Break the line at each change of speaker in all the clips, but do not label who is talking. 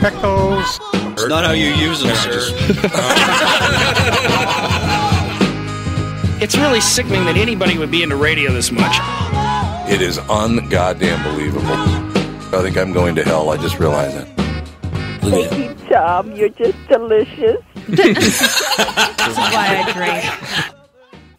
pickles.
It's not how you use them, sir.
It's really sickening that anybody would be into radio this much.
It is ungoddamn believable. I think I'm going to hell. I just realized that. Look at it.
Tom, you're just delicious.
This is why I drink.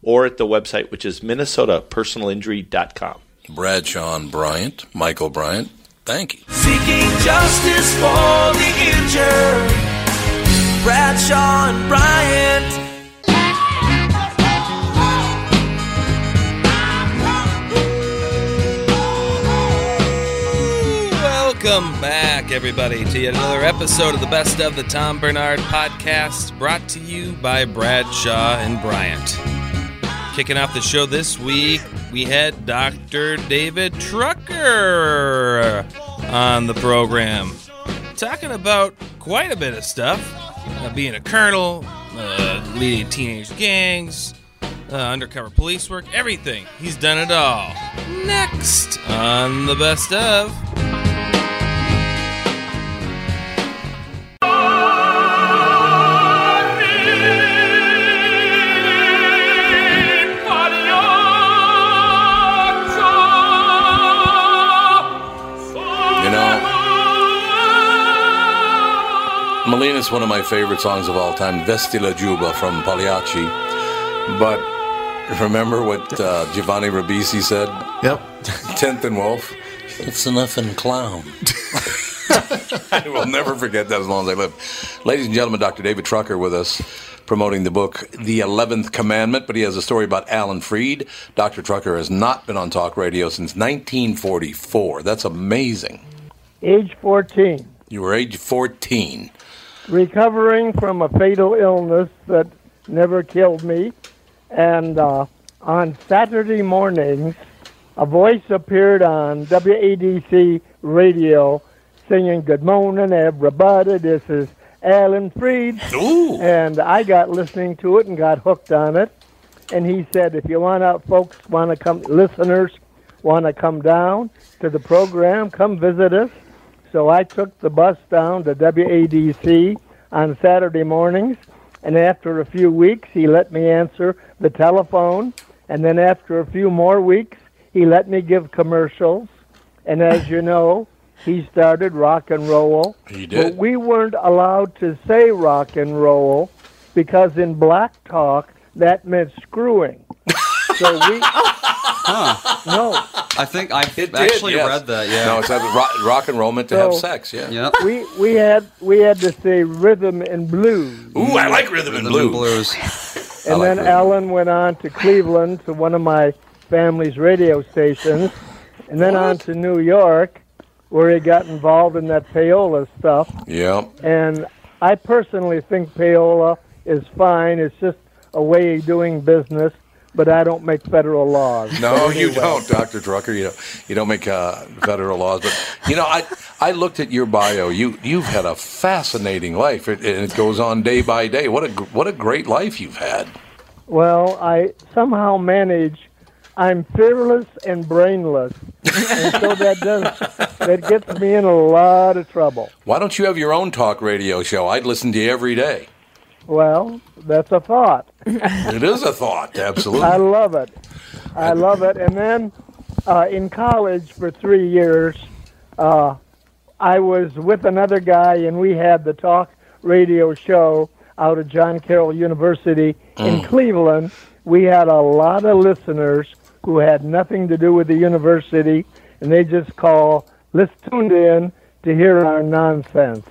or at the website, which is minnesotapersonalinjury.com.
Brad Sean Bryant, Michael Bryant. Thank you.
Seeking justice for the injured. Bradshaw and Bryant.
Welcome back, everybody, to yet another episode of the Best of the Tom Bernard Podcast, brought to you by Bradshaw and Bryant. Kicking off the show this week, we had Dr. David Trucker on the program, talking about quite a bit of stuff uh, being a colonel, uh, leading teenage gangs, uh, undercover police work, everything. He's done it all. Next on the Best of.
You know, Melina is one of my favorite songs of all time, Vestila Juba from Pagliacci. But remember what uh, Giovanni Ribisi said?
Yep.
Tenth and Wolf? It's an effing clown. I will never forget that as long as I live. Ladies and gentlemen, Dr. David Trucker with us promoting the book The 11th Commandment, but he has a story about Alan Freed. Dr. Trucker has not been on talk radio since 1944. That's amazing.
Age 14,
You were age 14.
recovering from a fatal illness that never killed me. And uh, on Saturday mornings, a voice appeared on WADC radio singing, Good morning, everybody. This is Alan Freed.
Ooh.
And I got listening to it and got hooked on it. And he said, if you want to, folks want to come, listeners want to come down to the program, come visit us. So I took the bus down to WADC on Saturday mornings. And after a few weeks, he let me answer the telephone. And then after a few more weeks, he let me give commercials. And as you know, He started rock and roll.
He did.
But we weren't allowed to say rock and roll because in black talk that meant screwing. so we
Huh.
no.
I think I
It did,
actually
yes.
read that. Yeah.
No, it's that rock, rock and roll meant to have
So-
sex. Yeah.
Yep.
We we had we had to say rhythm and blues.
Ooh, I like rhythm, and blues. I
And
like
then
rhythm.
Alan went on to Cleveland to one of my family's radio stations, and then on to New York, where he got involved in that payola stuff.
Yep.
And I personally think payola is fine. It's just a way of doing business, but I don't make federal laws.
No,
So
you
anyway.
don't, Doctor Drucker. You don't. You don't make uh, federal laws, but you know, I I looked at your bio. You you've had a fascinating life, it, and it goes on day by day. What a gr- what a great life you've had.
Well, I somehow manage. I'm fearless and brainless, and so that does that gets me in a lot of trouble.
Why don't you have your own talk radio show? I'd listen to you every day.
Well, that's a thought.
It is a thought, absolutely.
I love it. I love it. And then uh, in college for three years, uh, I was with another guy, and we had the talk radio show out of John Carroll University
Mm.
in Cleveland. We had a lot of listeners who had nothing to do with the university, and they just call, let's tune in to hear our nonsense.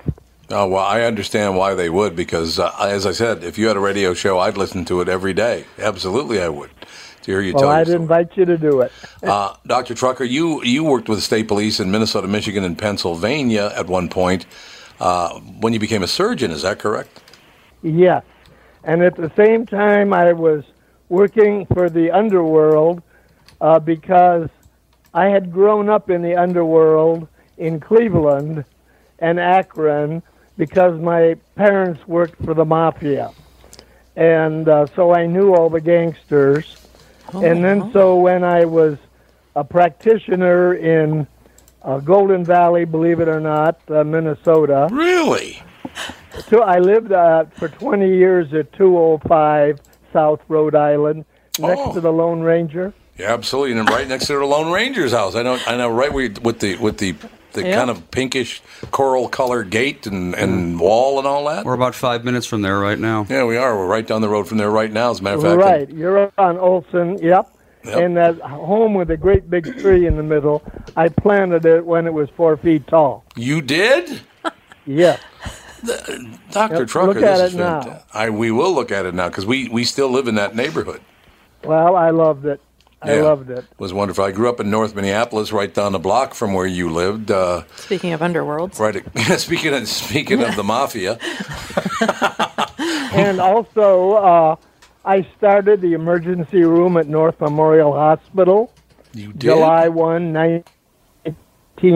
Oh, well, I understand why they would because, uh, as I said, if you had a radio show, I'd listen to it every day. Absolutely, I would. To hear you
well,
tell your
I'd invite you to do it.
Uh, Dr. Trucker, you, you worked with the state police in Minnesota, Michigan, and Pennsylvania at one point uh, when you became a surgeon. Is that correct?
Yes. And at the same time, I was working for the underworld uh, because I had grown up in the underworld in Cleveland and Akron because my parents worked for the mafia. And uh, so I knew all the gangsters.
Oh,
Oh, and then so when I was a practitioner in uh, Golden Valley, believe it or not, uh, Minnesota.
Really?
So I lived uh, for 20 years at 205 South Rhode Island, next
Oh.
to the Lone Ranger.
Yeah, absolutely. And right next to the Lone Ranger's house. I know. I know. Right where you, with the with the the
Yeah.
kind of pinkish coral color gate and, and wall and all that.
Mm. We're about five minutes from there right now.
Yeah, we are. We're right down the road from there right now. As a matter of fact.
Right, you're on Olson. Yep.
Yep.
And that home with a great big tree in the middle, I planted it when it was four feet tall.
You did,
Yeah.
Doctor
Yep,
Trucker.
look at
this
it
is
now.
fantastic. I we will look at it now because we we still live in that neighborhood.
Well, I loved it. I
Yeah.
loved it.
It was wonderful. I grew up in North Minneapolis, right down the block from where you lived. Uh,
Speaking of underworlds,
right. Speaking of speaking of the mafia,
and also, uh, I started the emergency room at North Memorial Hospital.
You did?
July 1,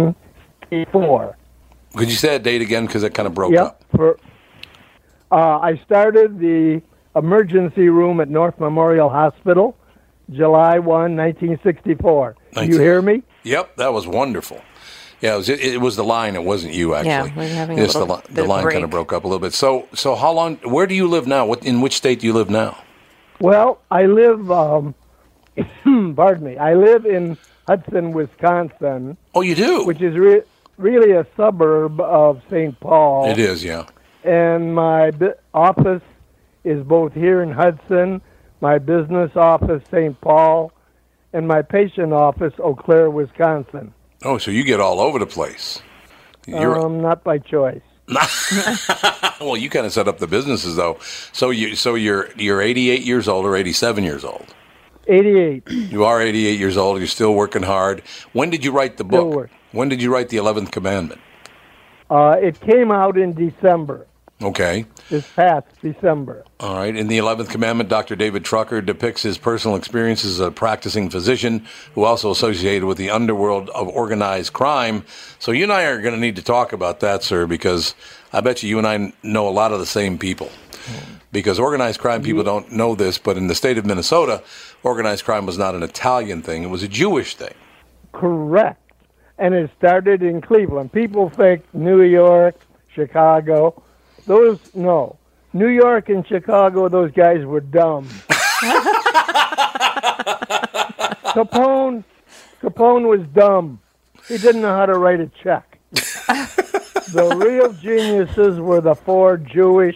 1984.
could you say that date again? Because it kind of broke
yep,
up.
For, uh, I started the emergency room at North Memorial Hospital, July 1, 1964.
Nineteen-
You hear me?
Yep, that was wonderful. Yeah, it was, it, was the line. It wasn't you
Yeah,
actually.
we were having a
Yes, the,
little
li-
bit
the
of
line
break.
kind of broke up a little bit. So, so how long? Where do you live now? What in which state do you live now?
Well, I live, um, pardon me, I live in Hudson, Wisconsin.
Oh, you do?
Which is re- really a suburb of St. Paul.
It is, yeah.
and my bu- office is both here in Hudson, my business office St. Paul, and my patient office Eau Claire, Wisconsin.
Oh, so you get all over the place. You're
Um, not by choice.
well. You kind of set up the businesses though. So you, so you're you're 88 years old or 87 years old.
88.
You are 88 years old. You're still working hard. When did you write the
Still
book?
working.
When did you write the 11th commandment?
Uh, it came out in December,
Okay.
this past December.
All right. In the 11th commandment, Dr. David Trucker depicts his personal experiences as a practicing physician who also associated with the underworld of organized crime. So you and I are going to need to talk about that, sir, because I bet you you and I know a lot of the same people. Because organized crime people
Mm-hmm.
don't know this, but in the state of Minnesota, organized crime was not an Italian thing, it was a Jewish thing.
Correct. And it started in Cleveland. People think New York, Chicago. Those, no. New York and Chicago, those guys were dumb. Capone, Capone was dumb. He didn't know how to write a check. the real geniuses were the four Jewish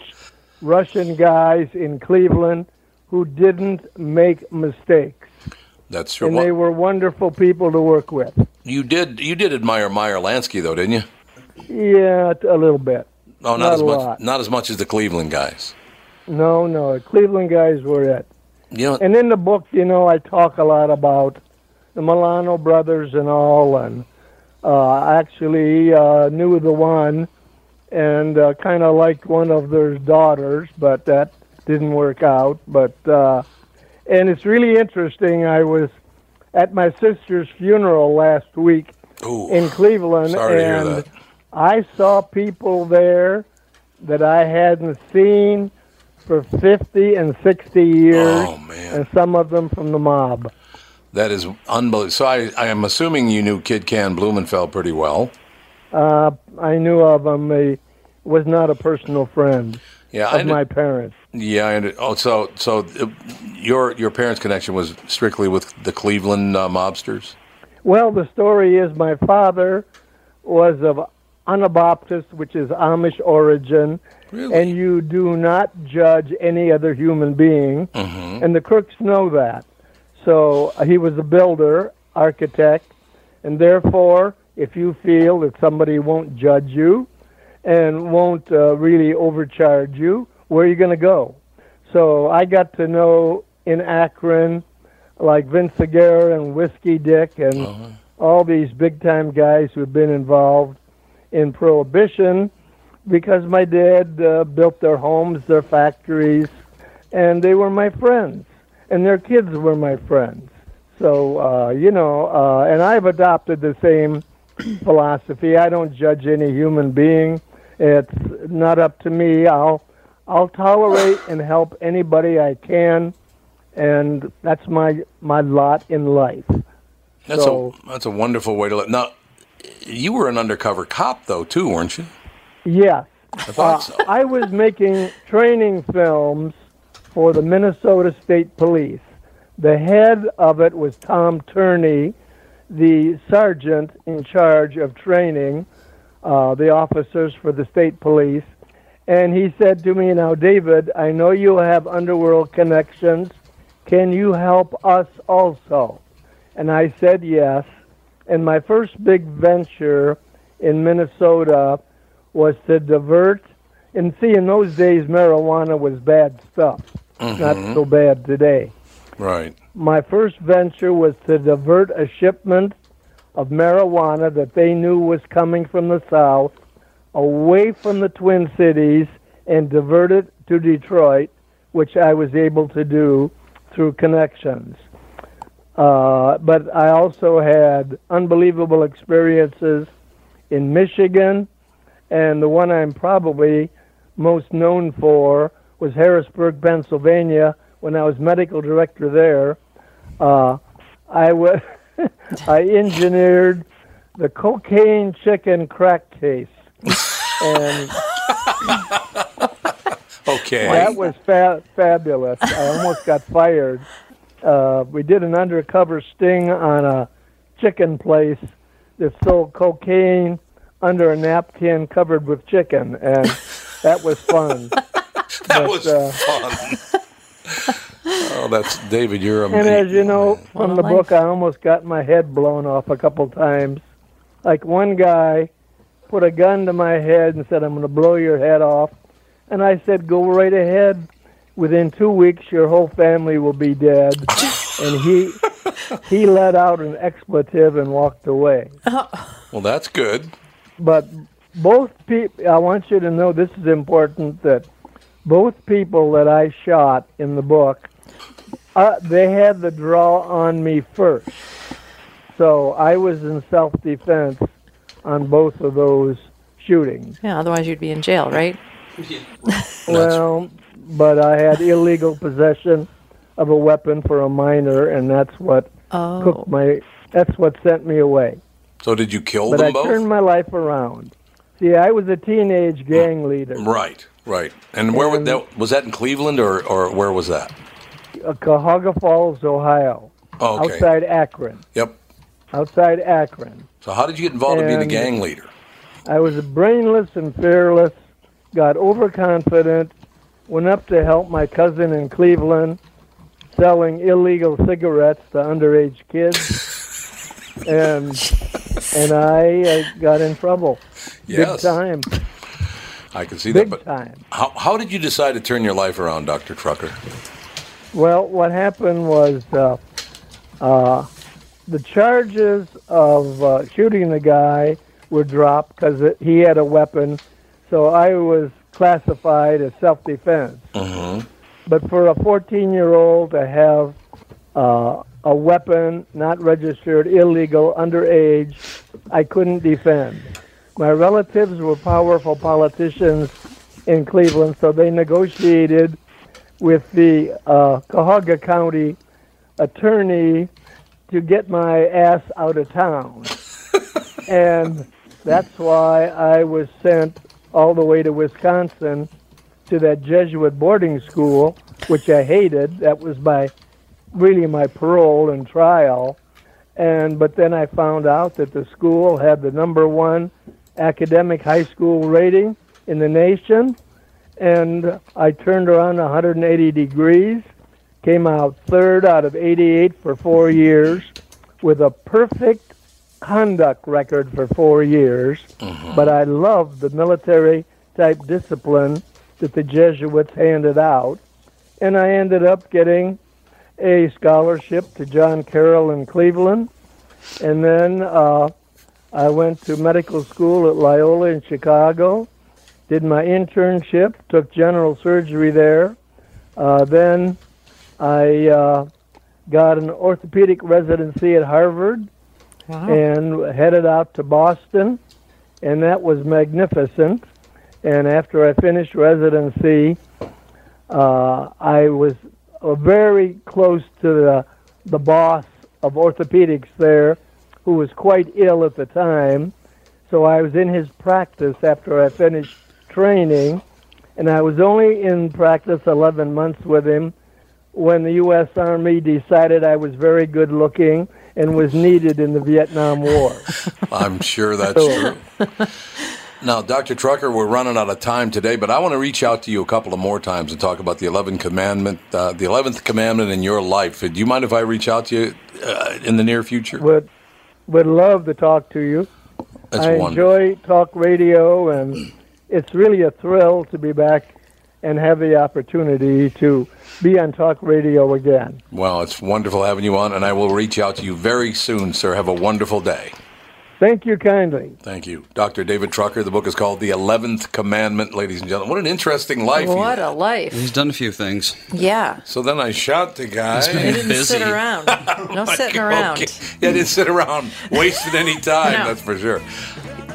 Russian guys in Cleveland who didn't make mistakes.
That's your
And they
one.
were wonderful people to work with.
You did you did admire Meyer Lansky though, didn't you?
Yeah, t- a little bit.
No, not,
Not
as
a
much.
lot.
Not as much as the Cleveland guys.
No, no. the Cleveland guys were it.
You know,
And in the book, you know, I talk a lot about the Milano brothers and all, and uh, actually uh, knew the one and uh, kind of liked one of their daughters, but that didn't work out. But uh, and it's really interesting. I was at my sister's funeral last week in Cleveland,
sorry to hear
and
that.
I saw people there that I hadn't seen for 50 and 60 years,
Oh,
and some of them from the mob.
that is unbelievable. So I, I am assuming you knew Kid Can Blumenfeld pretty well.
Uh, I knew of him. He was not a personal friend
Yeah,
of
I did-
my parents.
Yeah, I under, oh, so so uh, your your parents' connection was strictly with the Cleveland uh, mobsters.
Well, the story is my father was of Anabaptist, which is Amish origin, and you do not judge any other human being,
Mm-hmm.
Mm-hmm.
and the crooks know that. So uh, he was a builder, architect, and therefore, if you feel that somebody won't judge you and won't uh, really overcharge you, where are you going to go? So I got to know in Akron, like Vince Aguirre and Whiskey Dick and all these big time guys who've been involved in prohibition because my dad uh, built their homes, their factories, and they were my friends, and their kids were my friends. So uh, you know, uh, and I've adopted the same philosophy. I don't judge any human being. It's not up to me. I'll I'll tolerate and help anybody I can, and that's my my lot in life.
That's
So-
a that's a wonderful way to live. Now, you were an undercover cop though too, weren't you?
Yes.
I thought so.
Uh, I was making training films for the Minnesota State Police. The head of it was Tom Turney, the sergeant in charge of training uh, the officers for the state police. And he said to me, Now, David, I know you have underworld connections. Can you help us also? And I said yes. And my first big venture in Minnesota was to divert. And see, in those days, marijuana was bad stuff,
Mhm.
not so bad today.
Right.
My first venture was to divert a shipment of marijuana that they knew was coming from the south away from the Twin Cities and divert it to Detroit, which I was able to do through connections. Uh, but I also had unbelievable experiences in Michigan, and the one I'm probably most known for was Harrisburg, Pennsylvania, when I was medical director there. Uh, I wa- I engineered the cocaine chicken crack case, and
Okay.
that was fa- fabulous. I almost got fired. Uh, we did an undercover sting on a chicken place that sold cocaine under a napkin covered with chicken, and that was fun. uh, that
was fun. oh, that's David. You're
And as
amazing.
you know from
a
the
life.
book, I almost got my head blown off a couple times. Like one guy put a gun to my head and said, "I'm going to blow your head off," and I said, "Go right ahead. Within two weeks, your whole family will be dead." and he he let out an expletive and walked away.
Uh-huh. Well, that's good.
But both people, I want you to know this is important that both people that I shot in the book, uh, they had the draw on me first. So I was in self defense on both of those shootings.
Yeah, otherwise you'd be in jail, right?
Well, but I had illegal possession of a weapon for a minor, and that's what cooked my. That's what sent me away.
So did you kill
but
them
I
both?
turned my life around. See, I was a teenage
Mm.
gang leader.
Right. Right. And where was that? Was that in Cleveland or or where was that?
uh, Cahoga Falls, Ohio,
Okay.
outside Akron.
Yep.
Outside Akron.
So how did you get involved in being a
And-
gang leader?
I was brainless and fearless, got overconfident, went up to help my cousin in Cleveland selling illegal cigarettes to underage kids. and and I, I got in trouble. Big
Yes.
time.
I can see
Big
that. But
time.
how, how did you decide to turn your life around, Dr. Trucker?
Well, what happened was uh, uh, the charges of uh, shooting the guy were dropped because he had a weapon, so I was classified as self defense.
Uh-huh,
But for a 14 year old to have uh, a weapon, not registered, illegal, underage, I couldn't defend. My relatives were powerful politicians in Cleveland, so they negotiated with the uh, Cahoga County attorney to get my ass out of town. and that's why I was sent all the way to Wisconsin to that Jesuit boarding school, which I hated. That was my really my parole and trial. And but then I found out that the school had the number one academic high school rating in the nation, and I turned around 180 degrees, came out third out of 88 for four years, with a perfect conduct record for four years.
uh-huh. Mm-hmm.
But I loved the military type discipline that the Jesuits handed out, and I ended up getting a scholarship to John Carroll in Cleveland, and then uh, I went to medical school at Loyola in Chicago, did my internship, took general surgery there. Uh, then I uh, got an orthopedic residency at Harvard
Wow.
and headed out to Boston, and that was magnificent. And after I finished residency, uh, I was uh, very close to the, the boss of orthopedics there, who was quite ill at the time. So I was in his practice after I finished training, and I was only in practice 11 months with him when the U.S. Army decided I was very good looking and was needed in the Vietnam War.
I'm sure that's true. Now, Dr. Trucker, we're running out of time today, but I want to reach out to you a couple of more times and talk about the 11th commandment, uh, the 11th commandment in your life. Uh, Do you mind if I reach out to you uh, in the near future?
Would would love to talk to you.
That's
I
wonderful.
enjoy talk radio, and it's really a thrill to be back and have the opportunity to be on talk radio again.
Well, it's wonderful having you on, and I will reach out to you very soon, sir. Have a wonderful day.
Thank you kindly.
Thank you. Dr. David Trucker, the book is called The 11th Commandment, ladies and gentlemen. What an interesting life. you-
What a life.
He's done a few things.
Yeah.
So then I shot the guy.
He's been You didn't busy.
Sit around. No sitting around.
Okay. Yeah, didn't sit around wasting any time,
No.
that's for sure.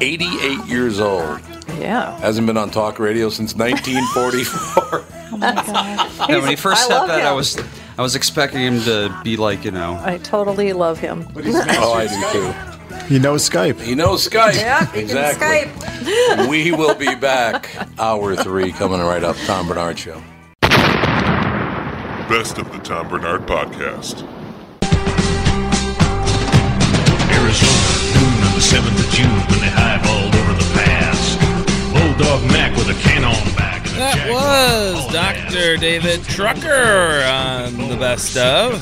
88 years old.
Yeah.
Hasn't been on talk radio since 1944.
Yeah, when he first said
love
that, I
him.
was I was expecting him to be like you know.
I totally love him.
oh, I do too.
You know Skype.
You know Skype.
Yeah, you
exactly.
can Skype.
we will be back. Hour three coming right up. Tom Bernard Show.
Best of the Tom Bernard Podcast.
Arizona, noon on the 7th of June when they highballed over the pass. Bulldog Mac with a can on back. and a
That
jack-
was Dr. David Trucker on the best of.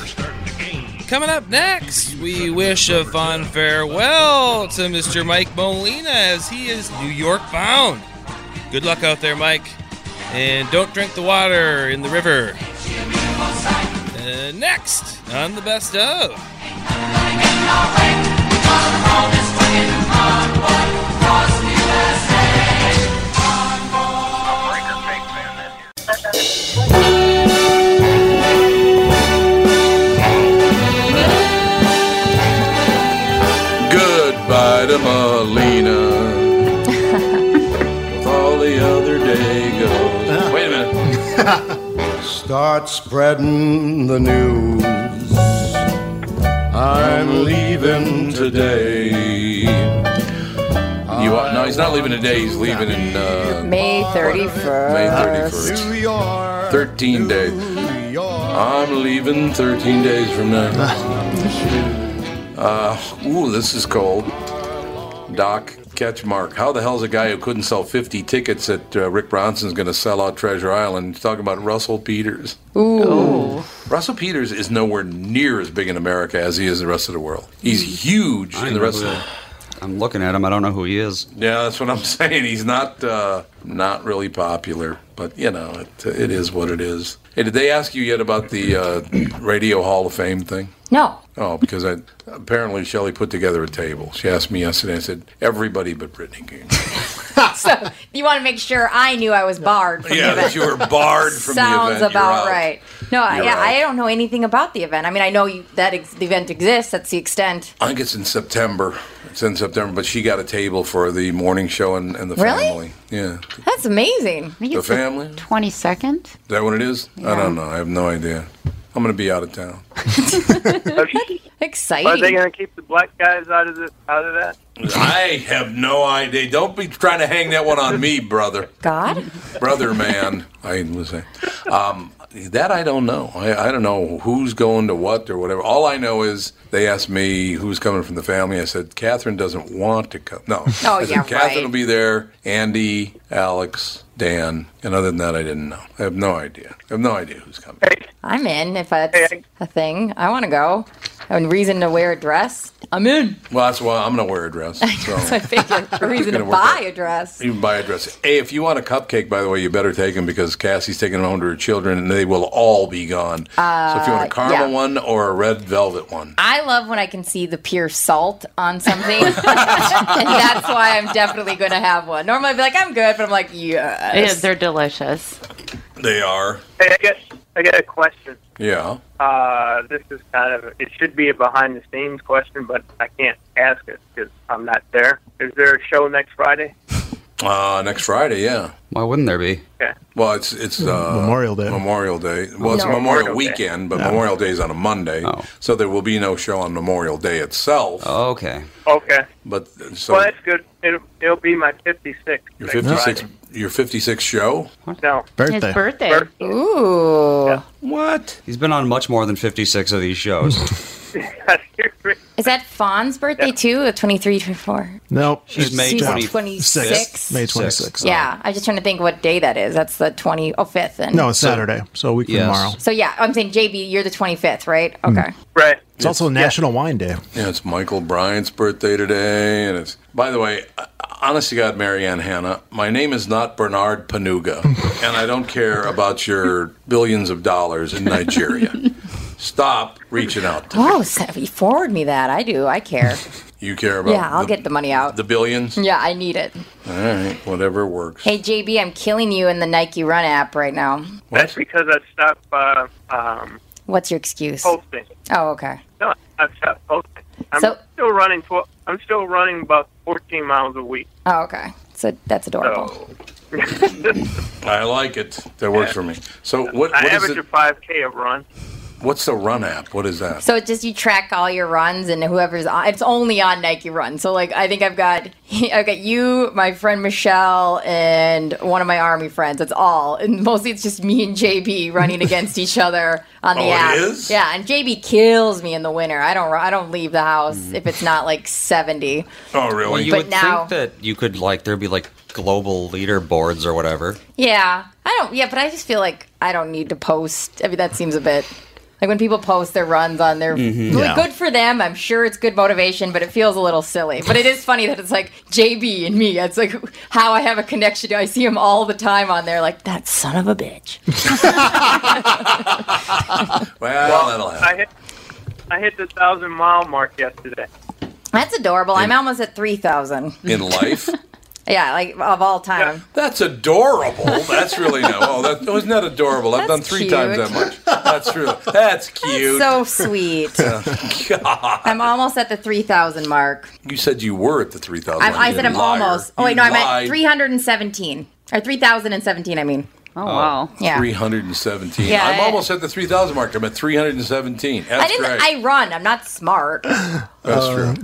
Coming up next, we wish a fond farewell to Mr. Mike Molina as he is New York bound. Good luck out there, Mike. And don't drink the water in the river. Uh, next on the best of.
Goodbye to Molina. With all the other day goes. Wait a minute.
Start spreading the news. I'm leaving today.
You are, no, he's not leaving today. He's leaving in uh,
May 31st.
May 31st. 13 days. I'm leaving 13 days from now. Uh, ooh, this is cold. Doc catch mark. How the hell is a guy who couldn't sell 50 tickets at uh, Rick Bronson's going to sell out Treasure Island? He's talking about Russell Peters.
Ooh.
Russell Peters is nowhere near as big in America as he is the rest of the world. He's huge
I
in the
know
rest
who
of the
that- I'm looking at him. I don't know who he is.
Yeah, that's what I'm saying. He's not uh, not really popular, but you know, it, it is what it is. Hey, did they ask you yet about the uh, Radio Hall of Fame thing?
No.
Oh, because I apparently Shelley put together a table. She asked me yesterday. I said everybody but Brittany King.
so you want to make sure I knew I was barred from
Yeah,
the event.
that you were barred from the
Sounds
event. You're
about
out.
right. No, I,
You're
yeah,
out.
I don't know anything about the event. I mean, I know you, that ex- the event exists. That's the extent.
I think it's in September. It's in September, but she got a table for the morning show and, and the
Really?
family. Yeah, is
That's amazing.
The it's the family?
Twenty second.
that what it is? I
Yeah.
don't know. I have no idea. I'm going to be out of town.
Exciting.
Are they going to keep the black guys out of the, out of that?
I have no idea. Don't be trying to hang that one on me, brother.
God?
Brother man. I was saying. Um, that I don't know. I, I don't know who's going to what or whatever. All I know is they asked me who's coming from the family. I said, Catherine doesn't want to come. No.
Oh,
I said,
yeah,
Catherine
right.
will be there, Andy, Alex, Dan. And other than that, I didn't know. I have no idea. I have no idea who's coming.
I'm in if that's a thing. I want to go. I mean, reason to wear a dress. I'm in.
Well, that's why I'm going to wear a dress.
So I
So.
figured a reason to
Oh. Gonna work
buy a dress.
You can buy a dress. Hey, if you want a cupcake, by the way, you better take them because Cassie's taking them home to her children, and they will all be gone. so if you
Uh,
want a caramel
yeah.
one or a red velvet one,
I love when I can see the pure salt on something, and that's why I'm definitely going to have one. Normally, I'd be like, "I'm good," but I'm like,
Yeah,
"Yes."
they're delicious.
they are.
Hey, I got, I got a question.
Yeah.
Uh, this is kind of, it should be a behind the scenes question, but I can't ask it because I'm not there. Is there a show next Friday?
Uh, next Friday, yeah.
Why wouldn't there be?
Yeah.
Well, it's it's uh,
Memorial Day.
Memorial Day. Well, it's
No.
Memorial
Memorial Day.
Weekend, but
No.
Memorial Day is on a Monday,
Oh.
so there will be no show on Memorial Day itself.
okay.
Okay.
But uh, so
well, that's good. It'll, it'll be my 56.
your 56 your 56 show.
No.
Birthday. His
birthday.
Ooh.
What? He's been on much more than 56 of these shows.
Is that Fawn's birthday too? Of 23, 24?
nope. She's May
She's
26.
26.
May 26th.
Yeah, I was just trying to think what day that is. That's the 25th. And
No, it's Saturday, so a week
Yes.
from tomorrow. Hmm.
So yeah, I'm saying JB, you're the 25th, right? Okay.
Right.
It's also National Wine Day.
Yeah, it's Michael Bryant's birthday today, and it's. By the way, uh, honest to God, Marianne Hanna, my name is not Bernard Panuga, and I don't care about your billions of dollars in Nigeria. Stop reaching out.
Oh, so you forward me that. I do. I care.
You care about
yeah, I'll
the,
get the money out.
the billions.
Yeah, I need it.
All right, whatever works.
Hey, JB, I'm killing you in the Nike Run app right now.
That's because I stopped uh, um,
What's your excuse?
posting.
Oh, okay.
No, I stopped posting. I'm
So-
still running. Tw- I'm still running about 14 miles a week.
Oh, okay. So that's adorable.
I like it. That works for me. So what?
I
what is
average
it?
a 5K of run.
What's the run app? What is that?
So it's just you track all your runs and whoever's on. It's only on Nike Run. So like I think I've got I've got you, my friend Michelle, and one of my army friends. That's all. And mostly it's just me and JB running against each other on the
Oh, it
app.
is?
Yeah, and JB kills me in the winter. I don't ru- I don't leave the house if it's not like seventy.
Oh, really?
Well, you
But
would
now-
think that you could, like, there'd be, like, global leaderboards or whatever.
Yeah, I don't. Yeah, but I just feel like I don't need to post. I mean, that seems a bit like when people post their runs on their.
Mm-hmm.
Mhm.
Really
Yeah.
Good for them. I'm sure it's good motivation, but it feels a little silly. But it is funny that it's like JB and me. It's like how I have a connection. to I see him all the time on there. Like that son of a bitch.
Well, that'll happen.
I hit, I hit the thousand mile mark yesterday.
That's adorable. I'm almost at three thousand.
In life,
Yeah, like of all time.
that's adorable. That's really no. Oh, that oh, isn't that adorable. I've done three
cute.
times that much. That's true. That's cute.
So sweet.
Yeah. God.
I'm almost at the three thousand mark.
You said you were at the 3,000.
I, I said I'm
You Oh, liar.
almost. Oh wait,
You
no, I'm
lied.
at 317 or 3,017. I mean. Oh Yeah.
317.
Yeah,
I'm
I-
almost at the 3,000 mark. I'm at 317. That's
I didn't.
great.
I Um, run. I'm not smart.
That's true.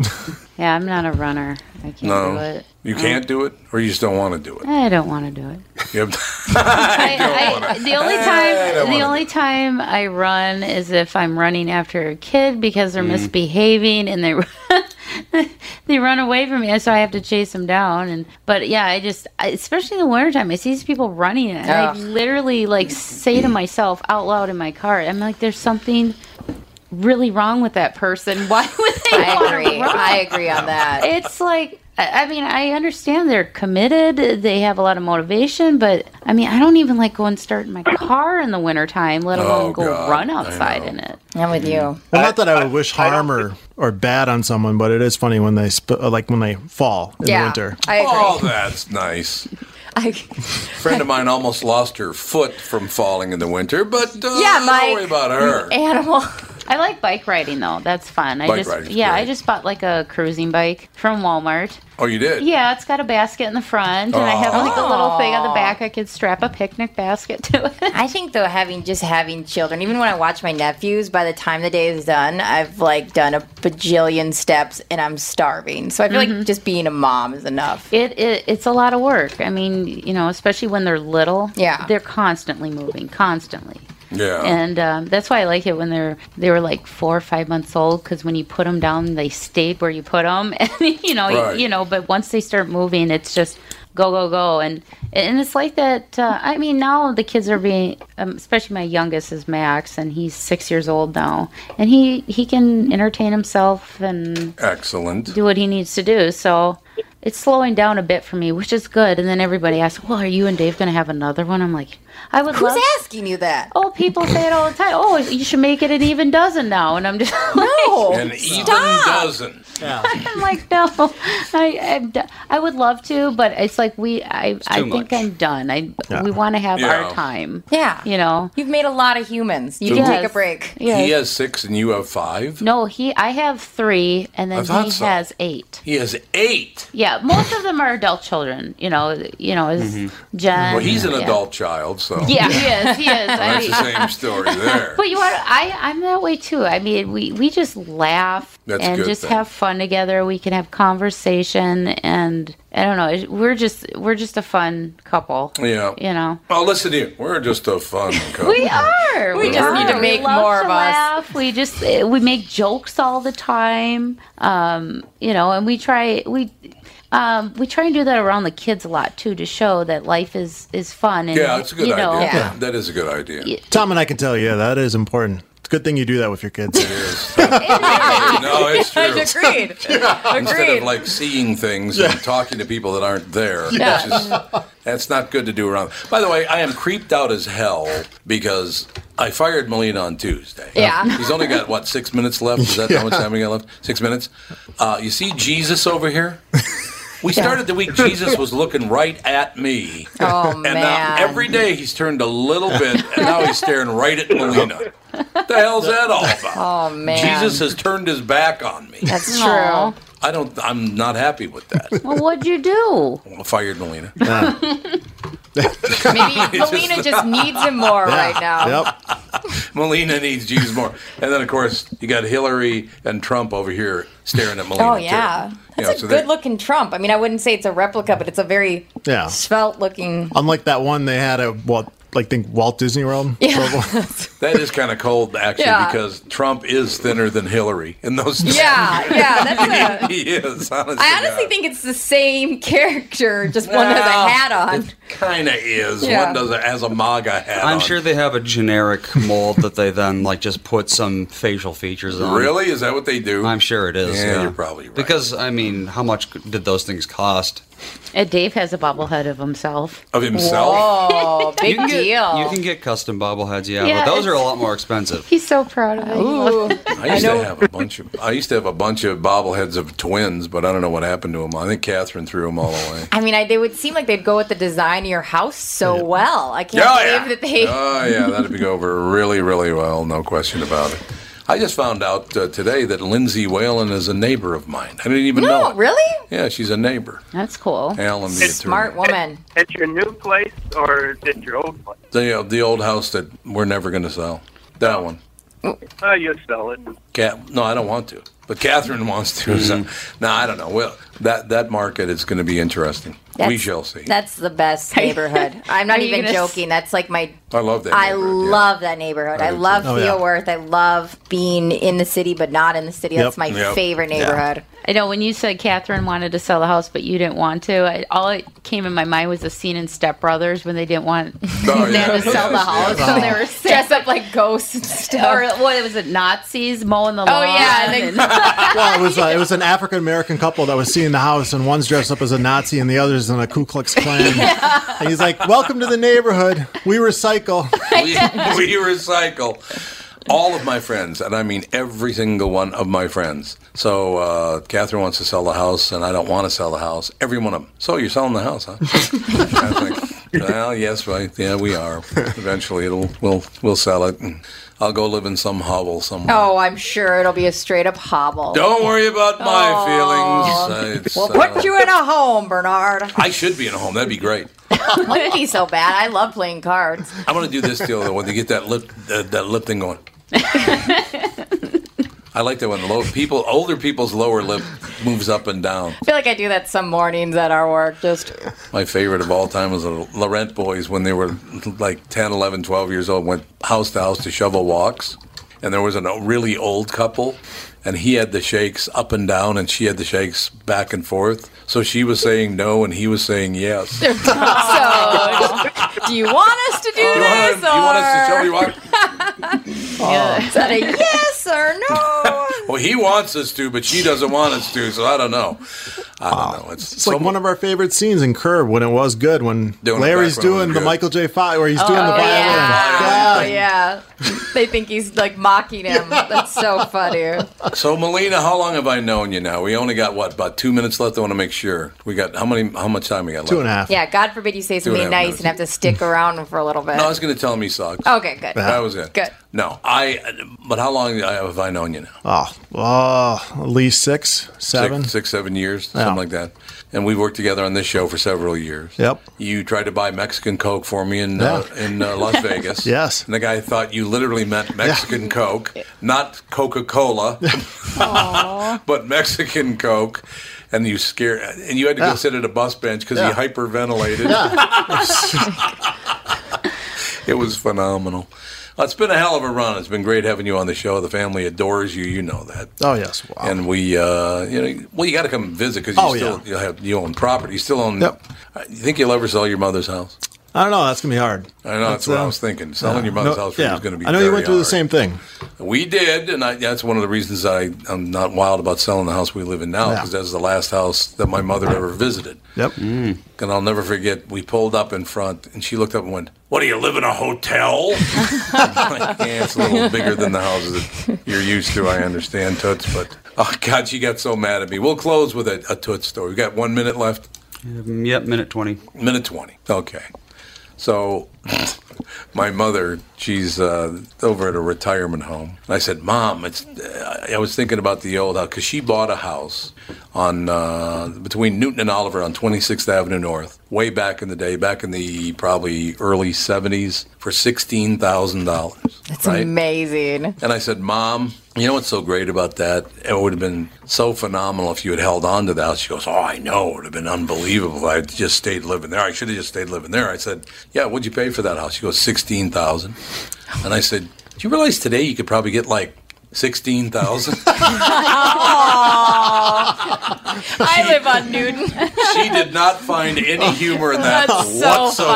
Yeah, I'm not a runner. I can't do
No.
it.
You can't do it, or you just don't want to do it.
I don't want to do it.
You have-
I, I, the only
I don't
time the
wanna
only time Mm. I run is if I'm running after a kid because they're misbehaving and they they run away from me, so I have to chase them down. And but yeah, I just, I- especially in the wintertime, I see these people running, and I
Ugh.
literally like say to myself out loud in my car, I'm like, there's something really wrong with that person. Why would they
I
want
agree.
to run?
I agree on that.
It's like. I I mean, I understand they're committed. They have a lot of motivation, but I mean, I don't even like go and start in my car in the wintertime, let
Oh,
alone go run outside in it.
I'm with you.
And not that I would wish harm or, or bad on someone, but it is funny when they sp- uh, like when they fall in
Yeah,
the winter.
I agree.
Oh, that's nice. friend of mine almost lost her foot from falling in the winter, but uh,
Yeah, eh,
don't
Mike.
worry about her.
animal. I like bike riding though. That's fun. I
Bike
just
riding's
yeah, I
great.
just bought like a cruising bike from Walmart.
Oh, you did?
Yeah, it's got a basket in the front, and I have like a little thing on the
Aw.
back. I could strap a picnic basket to it.
I think though having just having children, even when I watch my nephews, by the time the day is done, I've like done a bajillion steps and I'm starving. So I feel like just being a mom is enough.
Mm-hmm. It, it it's a lot of work. I mean, you know, especially when they're little. Yeah, they're constantly moving, constantly.
Oh.
Yeah.
And um, that's why I like it when they're they were like four or five months old because when you put them down, they stayed where you put them, and you know, you-
Right.
you, know. But once they start moving, it's just go go go, and and it's like that. Uh, I mean, now the kids are being, um, especially my youngest is Max, and he's six years old now, and he he can entertain himself and
Excellent.
do what he needs to do. So it's slowing down a bit for me, which is good. And then everybody asks, "Well, are you and Dave going to have another one?" I'm like, "I would."
Who's
love-
asking you that?
Oh, people say it all the time. Oh, you should make it an even dozen now. And I'm just like,
An even dozen.
I'm like, no, I, I'm do- I would love to, but it's like we, I, I
too
think I'm done. I,
Yeah.
we want to have
Yeah.
our time.
Yeah.
You know,
You've made a lot of humans. You
Two.
can
Yes.
take a break.
He has six and you have five?
no, he, I have three, and
I
then
thought
he
so.
has eight.
He has eight.
Yeah, most of them are adult children. You know, you know, is
Mhm.
Jen.
well, he's an
Mm-hmm. yeah.
adult child, so.
Yeah, he is. He is.
Well,
I
that's
mean,
the same story there.
but you want I I'm that way too. I mean, we we just laugh
That's a
and
good
just
thing.
have fun together. We can have conversation and I don't know. it- We're just we're just a fun couple.
Yeah.
You know.
Oh, listen to you. We're just a fun couple.
We are.
We just need to
are.
make
We love
more
to
of us.
laugh. We just uh, we make jokes all the time. Um, you know, and we try we um, we try and do that around the kids a lot too to show that life is is fun and
Yeah, it's a good
you know
idea. That is a good idea.
Tom and I can tell you, yeah, that is important. It's a good thing you do that with your kids. It
is. no, it's true.
Agreed.
Instead
Agreed.
of like seeing things and talking to people that aren't there,
Yeah.
it's just- that's not good to do around. By the way, I am creeped out as hell because I fired Malina on Tuesday.
Yeah.
He's only got, what, six minutes left? Is that how much time we got left? Six minutes? Uh, you see Jesus over here? We started the week, Jesus was looking right at me.
Oh,
and now
man.
every day he's turned a little bit, and now he's staring right at Melina. What the hell's that all about?
Oh man.
Jesus has turned his back on me.
That's true. Aw.
I don't. I'm not happy with that.
Well, what'd you do?
I fired Melina.
Maybe Melina just needs him more right now.
Yep. Melina needs Jesus more, and then of course you got Hillary and Trump over here staring at Melina.
Oh yeah.
too.
That's
Yeah,
a
so they-
good looking Trump. I mean, I wouldn't say it's a replica, but it's a very
Yeah.
svelte looking
Unlike that one they had at Walt, like think Walt Disney World.
That is kind of cold actually,
Yeah.
because Trump is thinner than Hillary in those.
Yeah, yeah, that's
he is. Honestly,
I honestly think it's the same character, just one has
Well,
a hat on.
kind of is.
Yeah.
One does it has a MAGA hat.
I'm
on.
sure they have a generic mold that they then like just put some facial features on.
Really? Is that what they do?
I'm sure it is.
Yeah,
Yeah,
you're probably right.
Because I mean, how much did those things cost?
Uh, Dave has a bobblehead of himself.
Of
Whoa, big
you can Get, you
deal.
can get custom bobbleheads, yeah,
Yeah,
but those are a
it's-
lot more expensive.
He's so proud of it. Ooh.
I used to have a bunch of I used to have a bunch of bobbleheads of twins, but I don't know what happened to them. I think Catherine threw them all away.
I mean, I, they would seem like they'd go with the design of your house so well. I can't
Oh,
believe
yeah.
that they.
Oh yeah, that'd be over really, really well, no question about it. I just found out uh, today that Lindsay Whalen is a neighbor of mine. I didn't even know.
no,
It.
really?
Yeah, she's a neighbor.
That's cool.
Alan, the attorney.
Smart woman.
At your new place or at your old place?
The uh, the old house that we're never going to sell. That one.
Oh, you sell it.
Cat. No, I don't want to. But Catherine wants to. So.
Mm-hmm.
No, I don't know. Well, that that market is going to be interesting. we
That's-
shall see.
That's the best neighborhood. I'm not
Are you
even
gonna s-
joking. That's like my.
I love that.
I
neighborhood, yeah.
love that neighborhood.
I
I
do too.
love
Oh, yeah.
Theoworth. I love being in the city, but not in the city.
Yep.
That's my
Yep.
favorite
Yeah.
neighborhood.
I know when you said Catherine wanted to sell the house, but you didn't want to. I, all it came in my mind was a scene in Step Brothers when they didn't want
Oh,
them to sell the house, so they were
dressed up like ghosts and stuff.
or what was it? Nazis mowing the
Oh,
lawn.
yeah, and they-
Well, it was uh, it was an African American couple that was seeing the house, and one's dressed up as a Nazi and the other's in a Ku Klux Klan. And he's like, "Welcome to the neighborhood. We recycle."
we, we recycle. All of my friends, and I mean every single one of my friends. So uh, Catherine wants to sell the house, and I don't want to sell the house. Every one of them. So you're selling the house, huh? I was like, well, yes, right. Yeah, we are. Eventually, it'll we'll we'll sell it, and I'll go live in some hovel somewhere.
Oh, I'm sure it'll be a straight up hobble.
Don't worry about my feelings. It's,
We'll
uh,
put you in a home, Bernard.
I should be in a home. That'd be great.
Wouldn't be so bad. I love playing cards.
I want to do this deal though. When they get that lip, uh, that lip thing going. I like that when low people, older people's lower lip moves up and down.
I feel like I do that some mornings at our work. Just
My favorite of all time was the Laurent boys when they were like 10, 11, 12 years old, went house to house to shovel walks. And there was a really old couple, and he had the shakes up and down, and she had the shakes back and forth. So she was saying no, and he was saying yes.
so. Do you want us to do this, or
You want us to shovel your walk?
is that a yes or no?
Well, he wants us to, but she doesn't want us to, so I don't know. I don't know. It's,
Ah. It's like one of our favorite scenes in Curb when it was good when
Doing it
Larry's
back when it was
doing the
good.
Michael J. Fox where he's doing the
oh,
violin.
yeah. Oh, yeah. They think he's like mocking him. That's so funny.
So, Melina, how long have I known you now? We only got what about two minutes left. I want to make sure we got how many? How much time we got left?
Two and a half.
Yeah, God forbid you say
Two and a
something
half
nice and have to stick around for a little bit.
No, I was going to tell him he sucks.
Okay, good.
That was it.
Good.
No, I. But how long have I known you now?
Oh, oh, at least six, seven.
Six, six, seven years,
Yeah.
something like that. And we worked together on this show for several years.
Yep.
You tried to buy Mexican Coke for me in uh, in uh, Las Vegas.
Yes.
And the guy thought you literally meant Mexican Coke, not Coca Cola, but Mexican Coke. And you scared, and you had to go
Yeah.
sit at a bus bench because
Yeah.
he hyperventilated. It was phenomenal. Well, It's been a hell of a run. It's been great having you on the show. The family adores you. You know that.
Oh yes. Wow.
And we, uh, you know, well, you got to come visit because you
Oh,
still
yeah.
you have you own property. You still own.
Yep.
Uh, You think you'll ever sell your mother's house?
I don't know. That's gonna be hard. uh,
I know that's, what I was thinking. Selling your mother's house for you is going to be.
I know you
very
went through the
hard.
same thing.
We did, and I, that's one of the reasons I, I'm not wild about selling the house we live in now
Yeah.
because that's the last house that my mother ever visited.
Yep.
And I'll never forget, we pulled up in front, and she looked up and went, "What do you live in a hotel?" I'm like, yeah, it's a little bigger than the houses that you're used to. I understand, Toots, but oh god, she got so mad at me. We'll close with a, a Toots story. We got one minute left.
Mm, Yep, minute 20.
Minute 20. Okay. So my mother, she's uh, over at a retirement home. And I said, Mom, it's, uh, I was thinking about the old house because she bought a house on uh, between Newton and Oliver on 26th Avenue North way back in the day, back in the probably early 70s for $16,000.
That's
right?
amazing.
And I said, Mom, you know what's so great about that? It would have been so phenomenal if you had held on to the house. She goes, Oh, I know. It would have been unbelievable. if I had just stayed living there. I should have just stayed living there. I said, Yeah, what'd you pay for that house? She goes, 16000 And I said, Do you realize today you could probably get like 16000
I live on Newton.
She did not find any humor in that
That's so
whatsoever.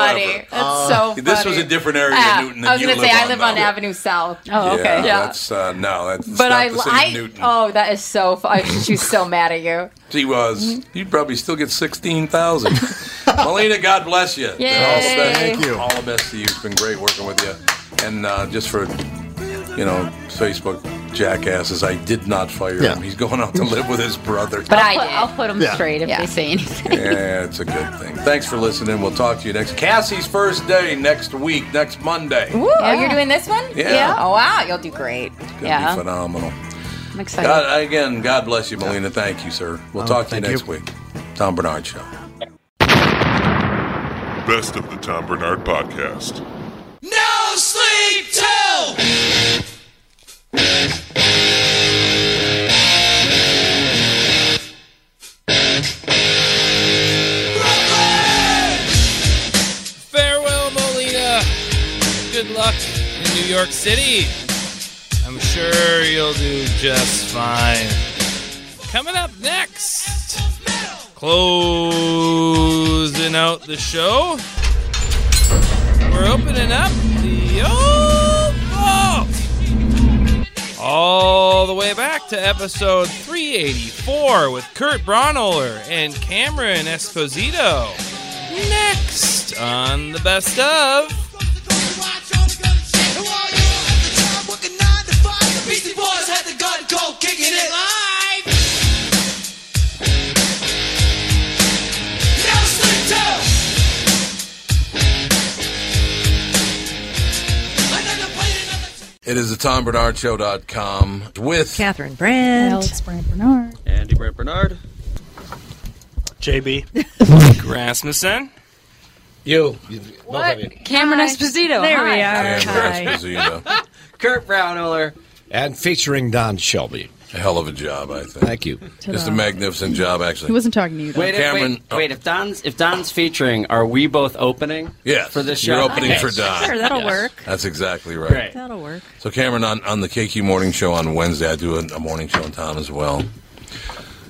Uh,
funny. That's so
This was
funny.
a different area
Ah,
of Newton than
I was
you
gonna
live
say
on
I live
now.
on Avenue South.
Yeah,
Yeah.
that's, uh, no, that's
But
not
I,
the same
I,
Newton.
oh, that is so. fu- I She's so mad at you.
She was. You'd probably still get sixteen thousand. Melina, God bless you.
Yay.
All the-
Thank
you.
All the best to you. It's been great working with you. And uh, just for you know, Facebook jackasses, I did not fire
Yeah.
him. He's going out to live with his brother.
But I did. I'll put them
Yeah.
straight if they say anything.
yeah, it's a good thing. Thanks for listening. We'll talk to you next. Cassie's first day next week, next Monday.
Ooh, Oh, you're doing this one?
Yeah.
Oh wow, you'll do great.
Gonna be phenomenal.
I'm excited.
God, again, God bless you, Melina. Thank you, sir. We'll
Oh,
talk to you
thank you.
next week. Tom Bernard Show.
Best of the Tom Bernard Podcast.
No sleep till.
Farewell, Molina. Good luck in New York City. I'm sure you'll do just fine. Coming up next, closing out the show, we're opening up the old vault. All the way back to episode 384 with Kurt Braunohler and Cameron Esposito. Next on the best of.
Beastie Boys had the gun go kicking it live. Now sleep till.
It is the Tom Bernard Show.com with
Catherine Brandt. Alex Brandt Bernard.
Andy Brent Bernard.
JB.
Rasmussen.
You.
What?
Cameron Esposito.
There
hi.
we are.
Kurt Brownoller.
And featuring Don Shelby.
A hell of a job, I think.
Thank you.
Just a magnificent job,
He
actually.
wasn't talking to you.
Wait, if-
Cameron- oh.
wait, wait, if Don's if Don's featuring, are we both opening?
Yes,
for this show.
you're opening
Yes.
for Don.
Sure, that'll work.
That's exactly right.
Great.
That'll work.
So, Cameron, on, on the KQ Morning Show on Wednesday, I do a, a morning show on Tom as well.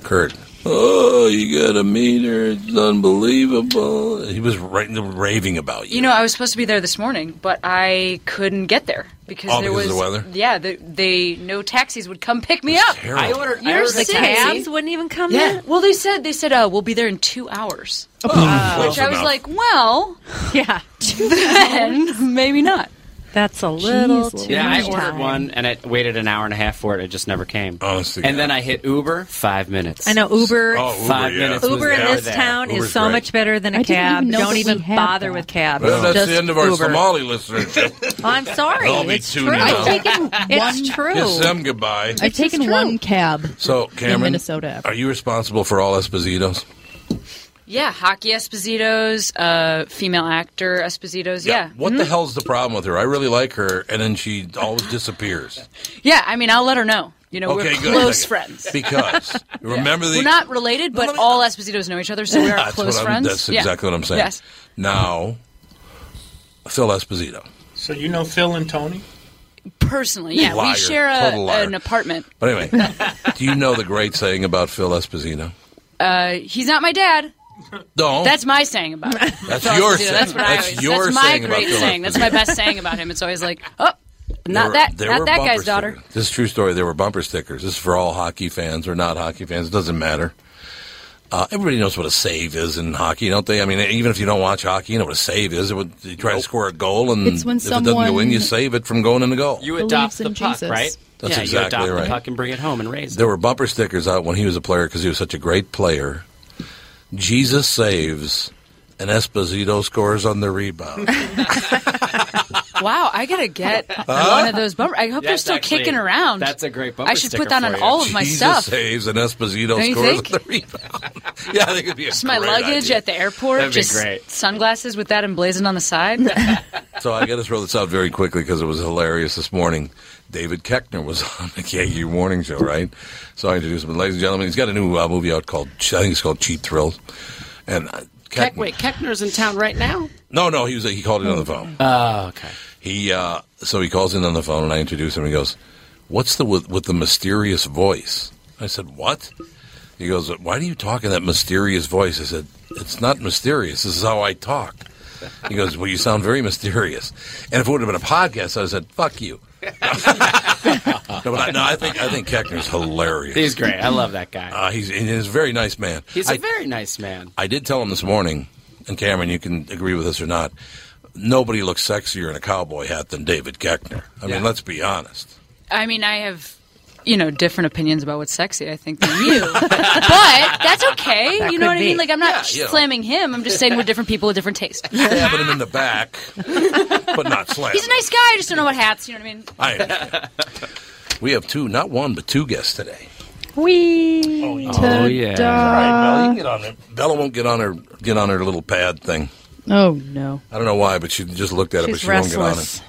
Kurt. Oh, you got a meter. It's unbelievable. He was right, raving about you.
You know, I was supposed to be there this morning, but I couldn't get there because
Oh,
there was
because of the weather?
Yeah, they, they no taxis would come pick me up.
terrible. I ordered-
You're
I ordered a
sick.
taxi. Cabs wouldn't even come
Yeah.
in?
Well, they said they said uh, we'll be there in two hours, which
close
I was
enough.
like, well, Oh. yeah, then maybe not.
That's a little too
Yeah, I
much
ordered
time.
one and I waited an hour and a half for it. It just never came.
Honestly, Oh,
and then I hit Uber. Five minutes.
I know Uber.
Five minutes. was
Uber in
there.
this town is so much better than a
I didn't
cab.
even know
Don't
that
even
we had
bother
that.
with cabs.
Well, that's
Just
the end of our
Uber.
Somali listenership.
I'm sorry.
I'll be
It's
tuning
true.
out.
It's true.
Kiss them goodbye.
I've taken one cab.
So, Cameron,
Minnesota.
are you responsible for all Espositos?
Yeah, hockey Espositos, uh, female actor Espositos. Yeah,
What the hell's the problem with her? I really like her, and then she always disappears.
yeah. I mean, I'll let her know. You know,
okay,
we're
good.
close
Thank you.
friends.
Because remember the
We're not related, but all Espositos know each other, so we are
that's
close
what I'm-
friends.
That's
Yeah.
exactly what I'm saying.
Yes.
Now, Phil Esposito.
So you know Phil and Tony?
Personally, yeah.
Liar.
We share a,
Total liar.
an apartment.
But anyway, do you know the great saying about Phil Esposito?
Uh, he's not my dad.
No,
That's my saying about him.
That's
Phil
your
Esposito,
saying.
That's, what I
That's
always,
your
that's my
saying about
great
Phil
saying. That's my
Esposito.
best saying about him. It's always like, oh,
There
not
were-
that,
there were
not that
bumper
guy's daughter.
stickers. This is a true story. There were bumper stickers. This is for all hockey fans or not hockey fans. It doesn't matter. Uh, everybody knows what a save is in hockey, don't they? I mean, even if you don't watch hockey, you know what a save is. It would, you try to score a goal, and
It's when
if it doesn't go in,
someone
you save it from going in the goal.
You Believes adopt the in puck, Jesus. right?
That's
yeah,
exactly
you adopt
right.
the puck and bring it home and raise it.
There were bumper stickers out when he was a player because he was such a great player. Jesus saves, and Esposito scores on the rebound.
Wow, I gotta get
Huh?
one of those bumper. I hope they're
That's
still
actually-
kicking around.
That's a great bumper
I should
sticker
put that
for
on
you.
all of my
Jesus
stuff.
saves, and Esposito
Don't you
scores
think?
on the rebound. yeah, I think it'd be a
Just my
great
luggage
idea.
at the airport.
That'd be
just
great.
sunglasses with that emblazoned on the side.
So I got to throw this out very quickly because it was hilarious this morning. David Keckner was on the KU Morning Show, right? So I introduced him. Ladies and gentlemen, he's got a new uh, movie out called, I think it's called Cheap Thrills. And uh,
Keck,
Keckner,
wait, Keckner's in town right now.
no, no, he was he called in on the phone.
Oh, okay.
He uh, so he calls in on the phone, and I introduce him. He goes, "What's the with, with the mysterious voice?" I said, "What?" He goes, "Why do you talk in that mysterious voice?" I said, "It's not mysterious. This is how I talk." He goes, "Well, you sound very mysterious." And if it would have been a podcast, I would have said, "Fuck you." no, but I, no, I think I think Keckner's hilarious.
He's great. I love that guy.
Uh, he's and he's a very nice man.
He's
I
a very nice man.
I did tell him this morning, and Cameron, you can agree with this or not. Nobody looks sexier in a cowboy hat than David Keckner. I mean, let's be honest.
I mean, I have, you know, different opinions about what's sexy, I think, than you. but that's okay.
That
you know
could
what I
be.
mean? Like, I'm not
Yeah, yeah.
slamming him. I'm just saying we're different people with different tastes.
Stabbing him in the back, but not slam.
He's a nice guy. I just don't know what hats. You know what I mean?
I understand. We have two, not one, but two guests today.
We.
Oh yeah. All right, Bella, you can get on there. Bella won't get on her get on her little pad thing.
Oh no.
I don't know why, but she just looked at it,
She's
but she won't get on
restless.
it.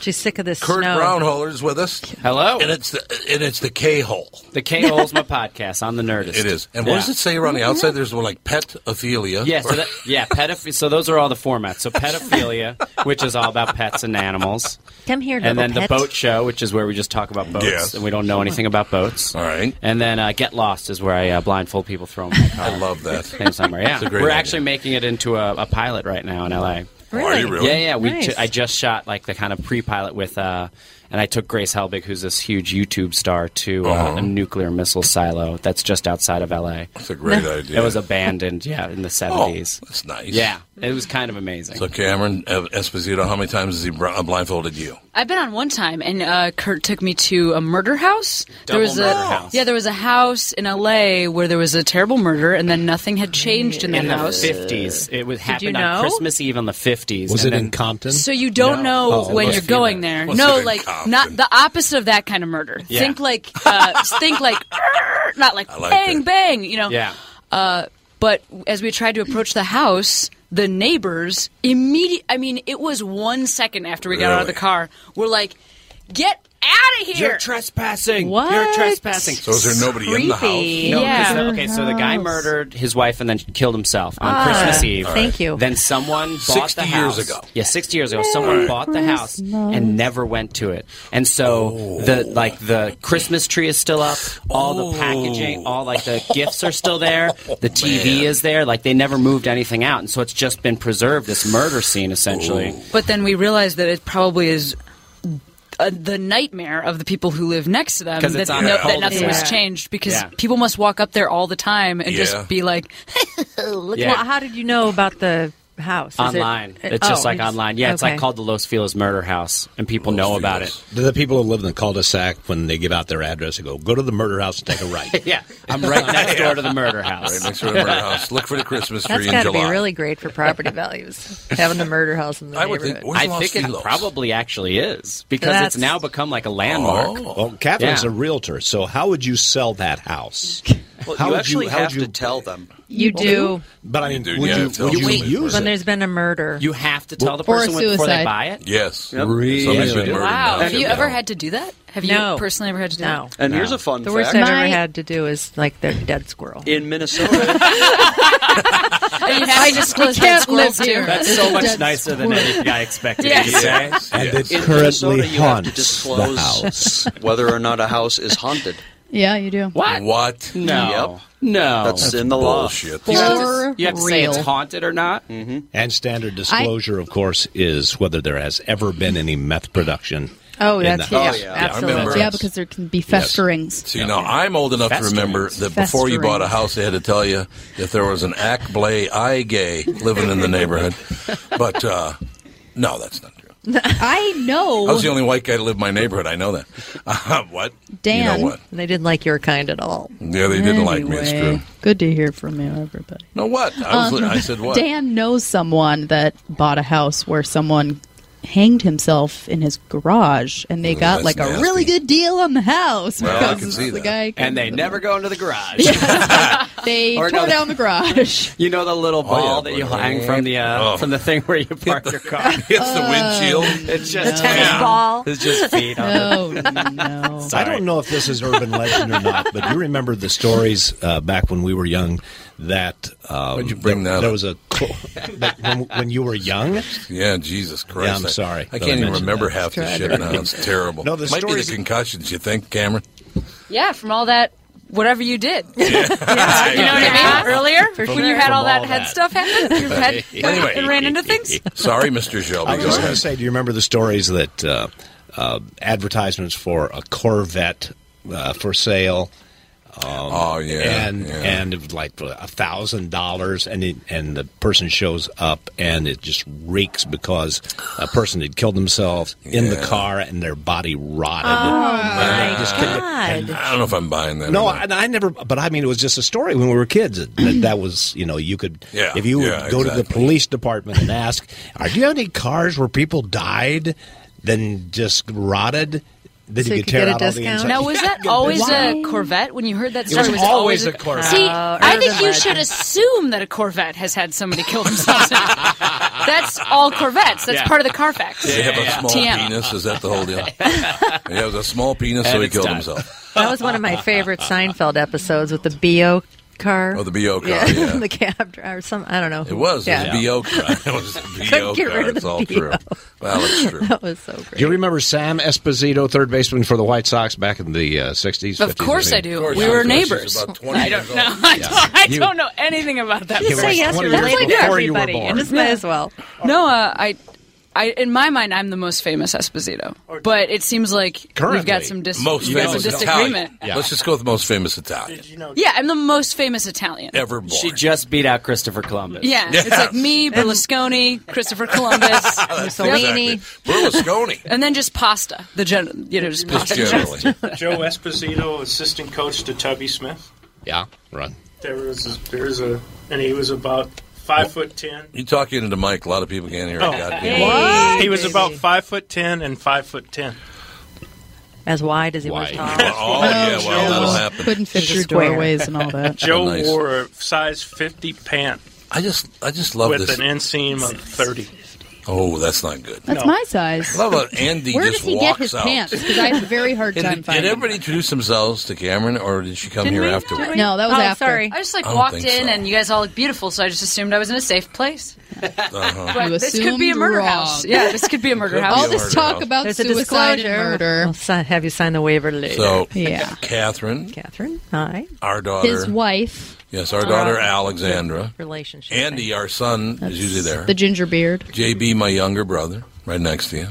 She's sick of this
Kurt
snow.
Brownholer is with us. Hello. And it's the and it's the K hole.
The K hole's my podcast on the Nerdist.
It is. And what does
Yeah.
it say around the outside? There's one like petophilia.
Yeah, so that, yeah, pedoph- So those are all the formats. So pedophilia, which is all about pets and animals.
Come here,
and
little
then
pet.
the boat show, which is where we just talk about boats
Yes.
and we don't know anything about boats. All
right.
And then uh, get lost is where I uh, blindfold people, throw them. In my car. I love
that.
Same summer, yeah.
It's a great
We're
idea.
actually making it into a, a pilot right now in LA.
Really? Are you really?
Yeah, yeah. We
Nice.
ju- I just shot like the kind of pre-pilot with, uh, and I took Grace Helbig, who's this huge YouTube star, to uh,
Uh-huh.
a nuclear missile silo that's just outside of LA. That's
a great idea.
It was abandoned, yeah, in the seventies.
Oh, that's nice.
Yeah, it was kind of amazing.
So Cameron uh, Esposito, how many times has he br- uh, blindfolded you?
I've been on one time, and uh, Kurt took me to a murder house.
Double
was
murder
Oh. house.
Yeah, there was a house in L.A. where there was a terrible murder, and then nothing had changed in that
in the
house.
fifties, it was
Did
happened
you know?
on Christmas Eve in the fifties.
Was it in
Compton?
So you don't
No.
know
Oh,
when
it
you're
was
going
female.
there.
Must have
no,
been
like
Compton.
not the opposite of that kind of murder.
Yeah.
Think like uh, think like "Arr," not like,
I like
bang
that.
bang. You know.
Yeah.
Uh, but as we tried to approach the house, the neighbors immediate. I mean, it was one second after we got out of the
Really?
car. We're like, get out of here!
You're trespassing.
What?
You're trespassing.
So is there nobody in the house? Creepy.
No, 'cause
Yeah.
the- okay, so the guy
House.
murdered his wife and then killed himself on Ah, Christmas Eve.
thank you.
Then someone bought
60
the
years
house.
ago.
Yeah, 60 years ago. Someone
Merry
bought the house and never went to it. And so
Oh.
the like the Christmas tree is still up, all the packaging, all like the gifts are still there,
Oh,
the TV is there, like they never moved anything out. And so it's just been preserved this murder scene essentially.
Oh.
But then we realized that it probably is uh, the nightmare of the people who live next to them
'Cause
that,
it's on a
that nothing
cul-de-sac.
was changed because
Yeah.
people must walk up there all the time and
Yeah.
just be like,
Look,
Yeah.
well, how did you know about the house? Is it-
online.
it-
it's just
oh,
like online. Yeah, it's like
okay.
called the Los Feliz Murder House, and people know about it.
Do the people who live in the cul-de-sac, when they give out their address, they go, go to the murder house and take a right?
yeah, I'm right next door to the murder house.
Right next door to the murder house. Look for the Christmas tree
That's
in
got to
July.
be really great for property values, having the murder house in the neighborhood.
I think it probably actually is because
That's-
it's now become like a landmark.
Oh.
Oh.
Well, Catherine's
Yeah.
a realtor, so how would you sell that house?
you
would
actually
how would
have to tell them.
You do.
But I mean, do, would yeah, you, tell would you them. use
when
it?
there's been a murder.
You have to tell the
Or a
person before they
suicide.
buy it.
Yes.
Yep.
Really? Somebody's been murdered
wow.
now.
Have you
Yeah.
ever had to do that? Have
No.
you personally ever had to do
No.
that?
And here's a fun
the
fact.
worst I've ever had to do is like the dead squirrel.
in Minnesota.
And you have
I
to
just
disclose
we can't
that
live
squirrel
here.
too.
That's so much nicer than any I expected you to
Yes.
say.
And it
In
currently
Minnesota, you have to
haunts
disclose
the house.
whether or not a house is haunted.
Yeah, you do.
What?
What?
No.
Yep.
No.
That's, in the law.
Bullshit.
You have to,
For
you have to say it's
real.
haunted or not.
Mm-hmm.
And standard disclosure, of course, is whether there has ever been any meth production.
Oh,
in
that's
the
yeah,
house.
absolutely. Yeah, because there can be festerings.
See, now I'm old enough to remember that before you bought a house, they had to tell you if there was an act blay eye gay living in the neighborhood. But uh, no, that's not.
I know.
I was the only white guy to live in my neighborhood. I know that. Uh, what?
Dan,
You know what?
they didn't like your kind at all.
Yeah, they didn't like me. It's true.
Anyway, Good to hear from you, everybody.
No, what? I, was,
Um,
I said what?
Dan knows someone that bought a house where someone hanged himself in his garage, and they got
that's
like a
nasty.
really good deal on the house
Well, I
because
can see
the
that.
guy
And they never go into the garage.
they
Or
tore
no, they-
down the garage.
You know the little
Oh, yeah,
ball that you hang from the
Oh.
uh, from the thing where you park your car. It's
windshield.
It's just
The tennis
feet.
ball.
It's just feet on
No,
it.
I don't know if this is urban legend or not, but you remember the stories uh, back when we were young that um,
Why'd you bring
there,
that
there
up?
was a cl- that when, when you were young.
Yeah, Jesus Christ.
I'm
I-
sorry
I
that
can't
I
even
mentioned
remember
that.
half the
It's
shit
tragic.
now. It's terrible.
No, the
Might be
stories-
the concussions, you think, Cameron?
Yeah, from all that, whatever you did. You know what I
Yeah.
mean? Earlier,
For
when
sure.
you had
From
all that
all
head
that.
stuff happen, your head
Anyway.
and ran into things.
Sorry, Mr. Shelby.
I was
Go
just going
ahead.
to say, do you remember the stories that uh, uh, advertisements for a Corvette uh, for sale? Um, oh
yeah,
and
yeah.
and it was like a thousand dollars, and it, and the person shows up, and it just reeks because a person had killed themselves in the
Yeah.
car, and their body rotted.
my
and they just couldn't- and-
I don't know if I'm buying that.
no,
or not.
I, I never. But I mean, it was just a story when we were kids. That, that was, you know, you could,
Yeah,
if you would
yeah,
go to the
exactly.
police department and ask, "Are do you have any cars where people died, then just rotted?" Then
So
you
you
could,
could
tear
get a
out all
discount?
the
Now, was that always a Corvette when you heard that story?
was always a Corvette.
See,
Oh,
I think
urban
you should
legend.
assume that a Corvette has had somebody kill themselves. in it. That's all Corvettes. That's
Yeah.
part of the Carfax.
Did he have a small
TM.
penis? Is that the whole deal? he has a small penis, so
And
he
it's
killed
done.
himself.
That was one of my favorite Seinfeld episodes with the bo car.
Oh, the BO car, yeah.
the cab driver. Some I don't know.
It was. It was
Yeah.
a BO car. It was a BO
Couldn't get
car.
rid of
it's
the
all true. Well, it's true.
That was so great.
Do you remember Sam Esposito, third baseman for the White Sox back in the uh, 60s?
Of
50s,
course I
think?
do. We were neighbors. I don't know. I don't, I
You-
don't know anything about that.
Just
person.
say yes, you're That's related like to before you were everybody. born. You just
Yeah.
may as well.
No, uh, I, I, in my mind, I'm the most famous Esposito. But it seems like
Currently,
we've got some, dis-
most
we've got
famous
some
Italian.
disagreement.
Let's just go with most famous Italian.
Yeah, I'm the most famous Italian.
Ever born.
She just beat out Christopher Columbus.
Yeah, it's like me, Berlusconi, Christopher Columbus, Mussolini,
Berlusconi.
and then just pasta. The gen- you know, just pasta.
Joe Esposito, assistant coach to Tubby Smith.
Yeah, right.
There was a, there was a, and he was about five foot ten.
You talk into the mic. A lot of people can't hear.
Oh.
a goddamn.
He was about five foot ten and five foot ten.
As wide as he was
Wide.
tall.
Oh, yeah, well, that'll happen.
Couldn't fit
Just
your
square.
doorways and all that.
Joe
nice.
wore a size fifty pant.
I just I just love
with
this.
an inseam of thirty.
Oh, that's not good.
That's my size.
I love how Andy
Where
just
does he get
walks
his
out.
pants? Because I have a very hard
Did,
time
did
finding.
everybody introduce themselves to Cameron, or did she come
Didn't
here
we?
after?
Didn't we?
No, that was
oh,
after.
Sorry, I just like
I don't
walked in,
think so.
and you guys all look beautiful, so I just assumed I was in a safe place.
Uh-huh.
But
You
this could be a
assumed
murder
wrong.
house. Yeah, this could be a
Could
murder
be a
house.
All this murder talk house. about
There's a
suicide and
disclosure.
murder.
We'll si- have you sign the waiver later?
So,
yeah.
Catherine,
Catherine, hi.
our daughter,
His wife.
Yes, our daughter
Uh,
Alexandra.
Relationship.
Andy, our son, is usually there.
The ginger beard.
JB, my younger brother, right next to you.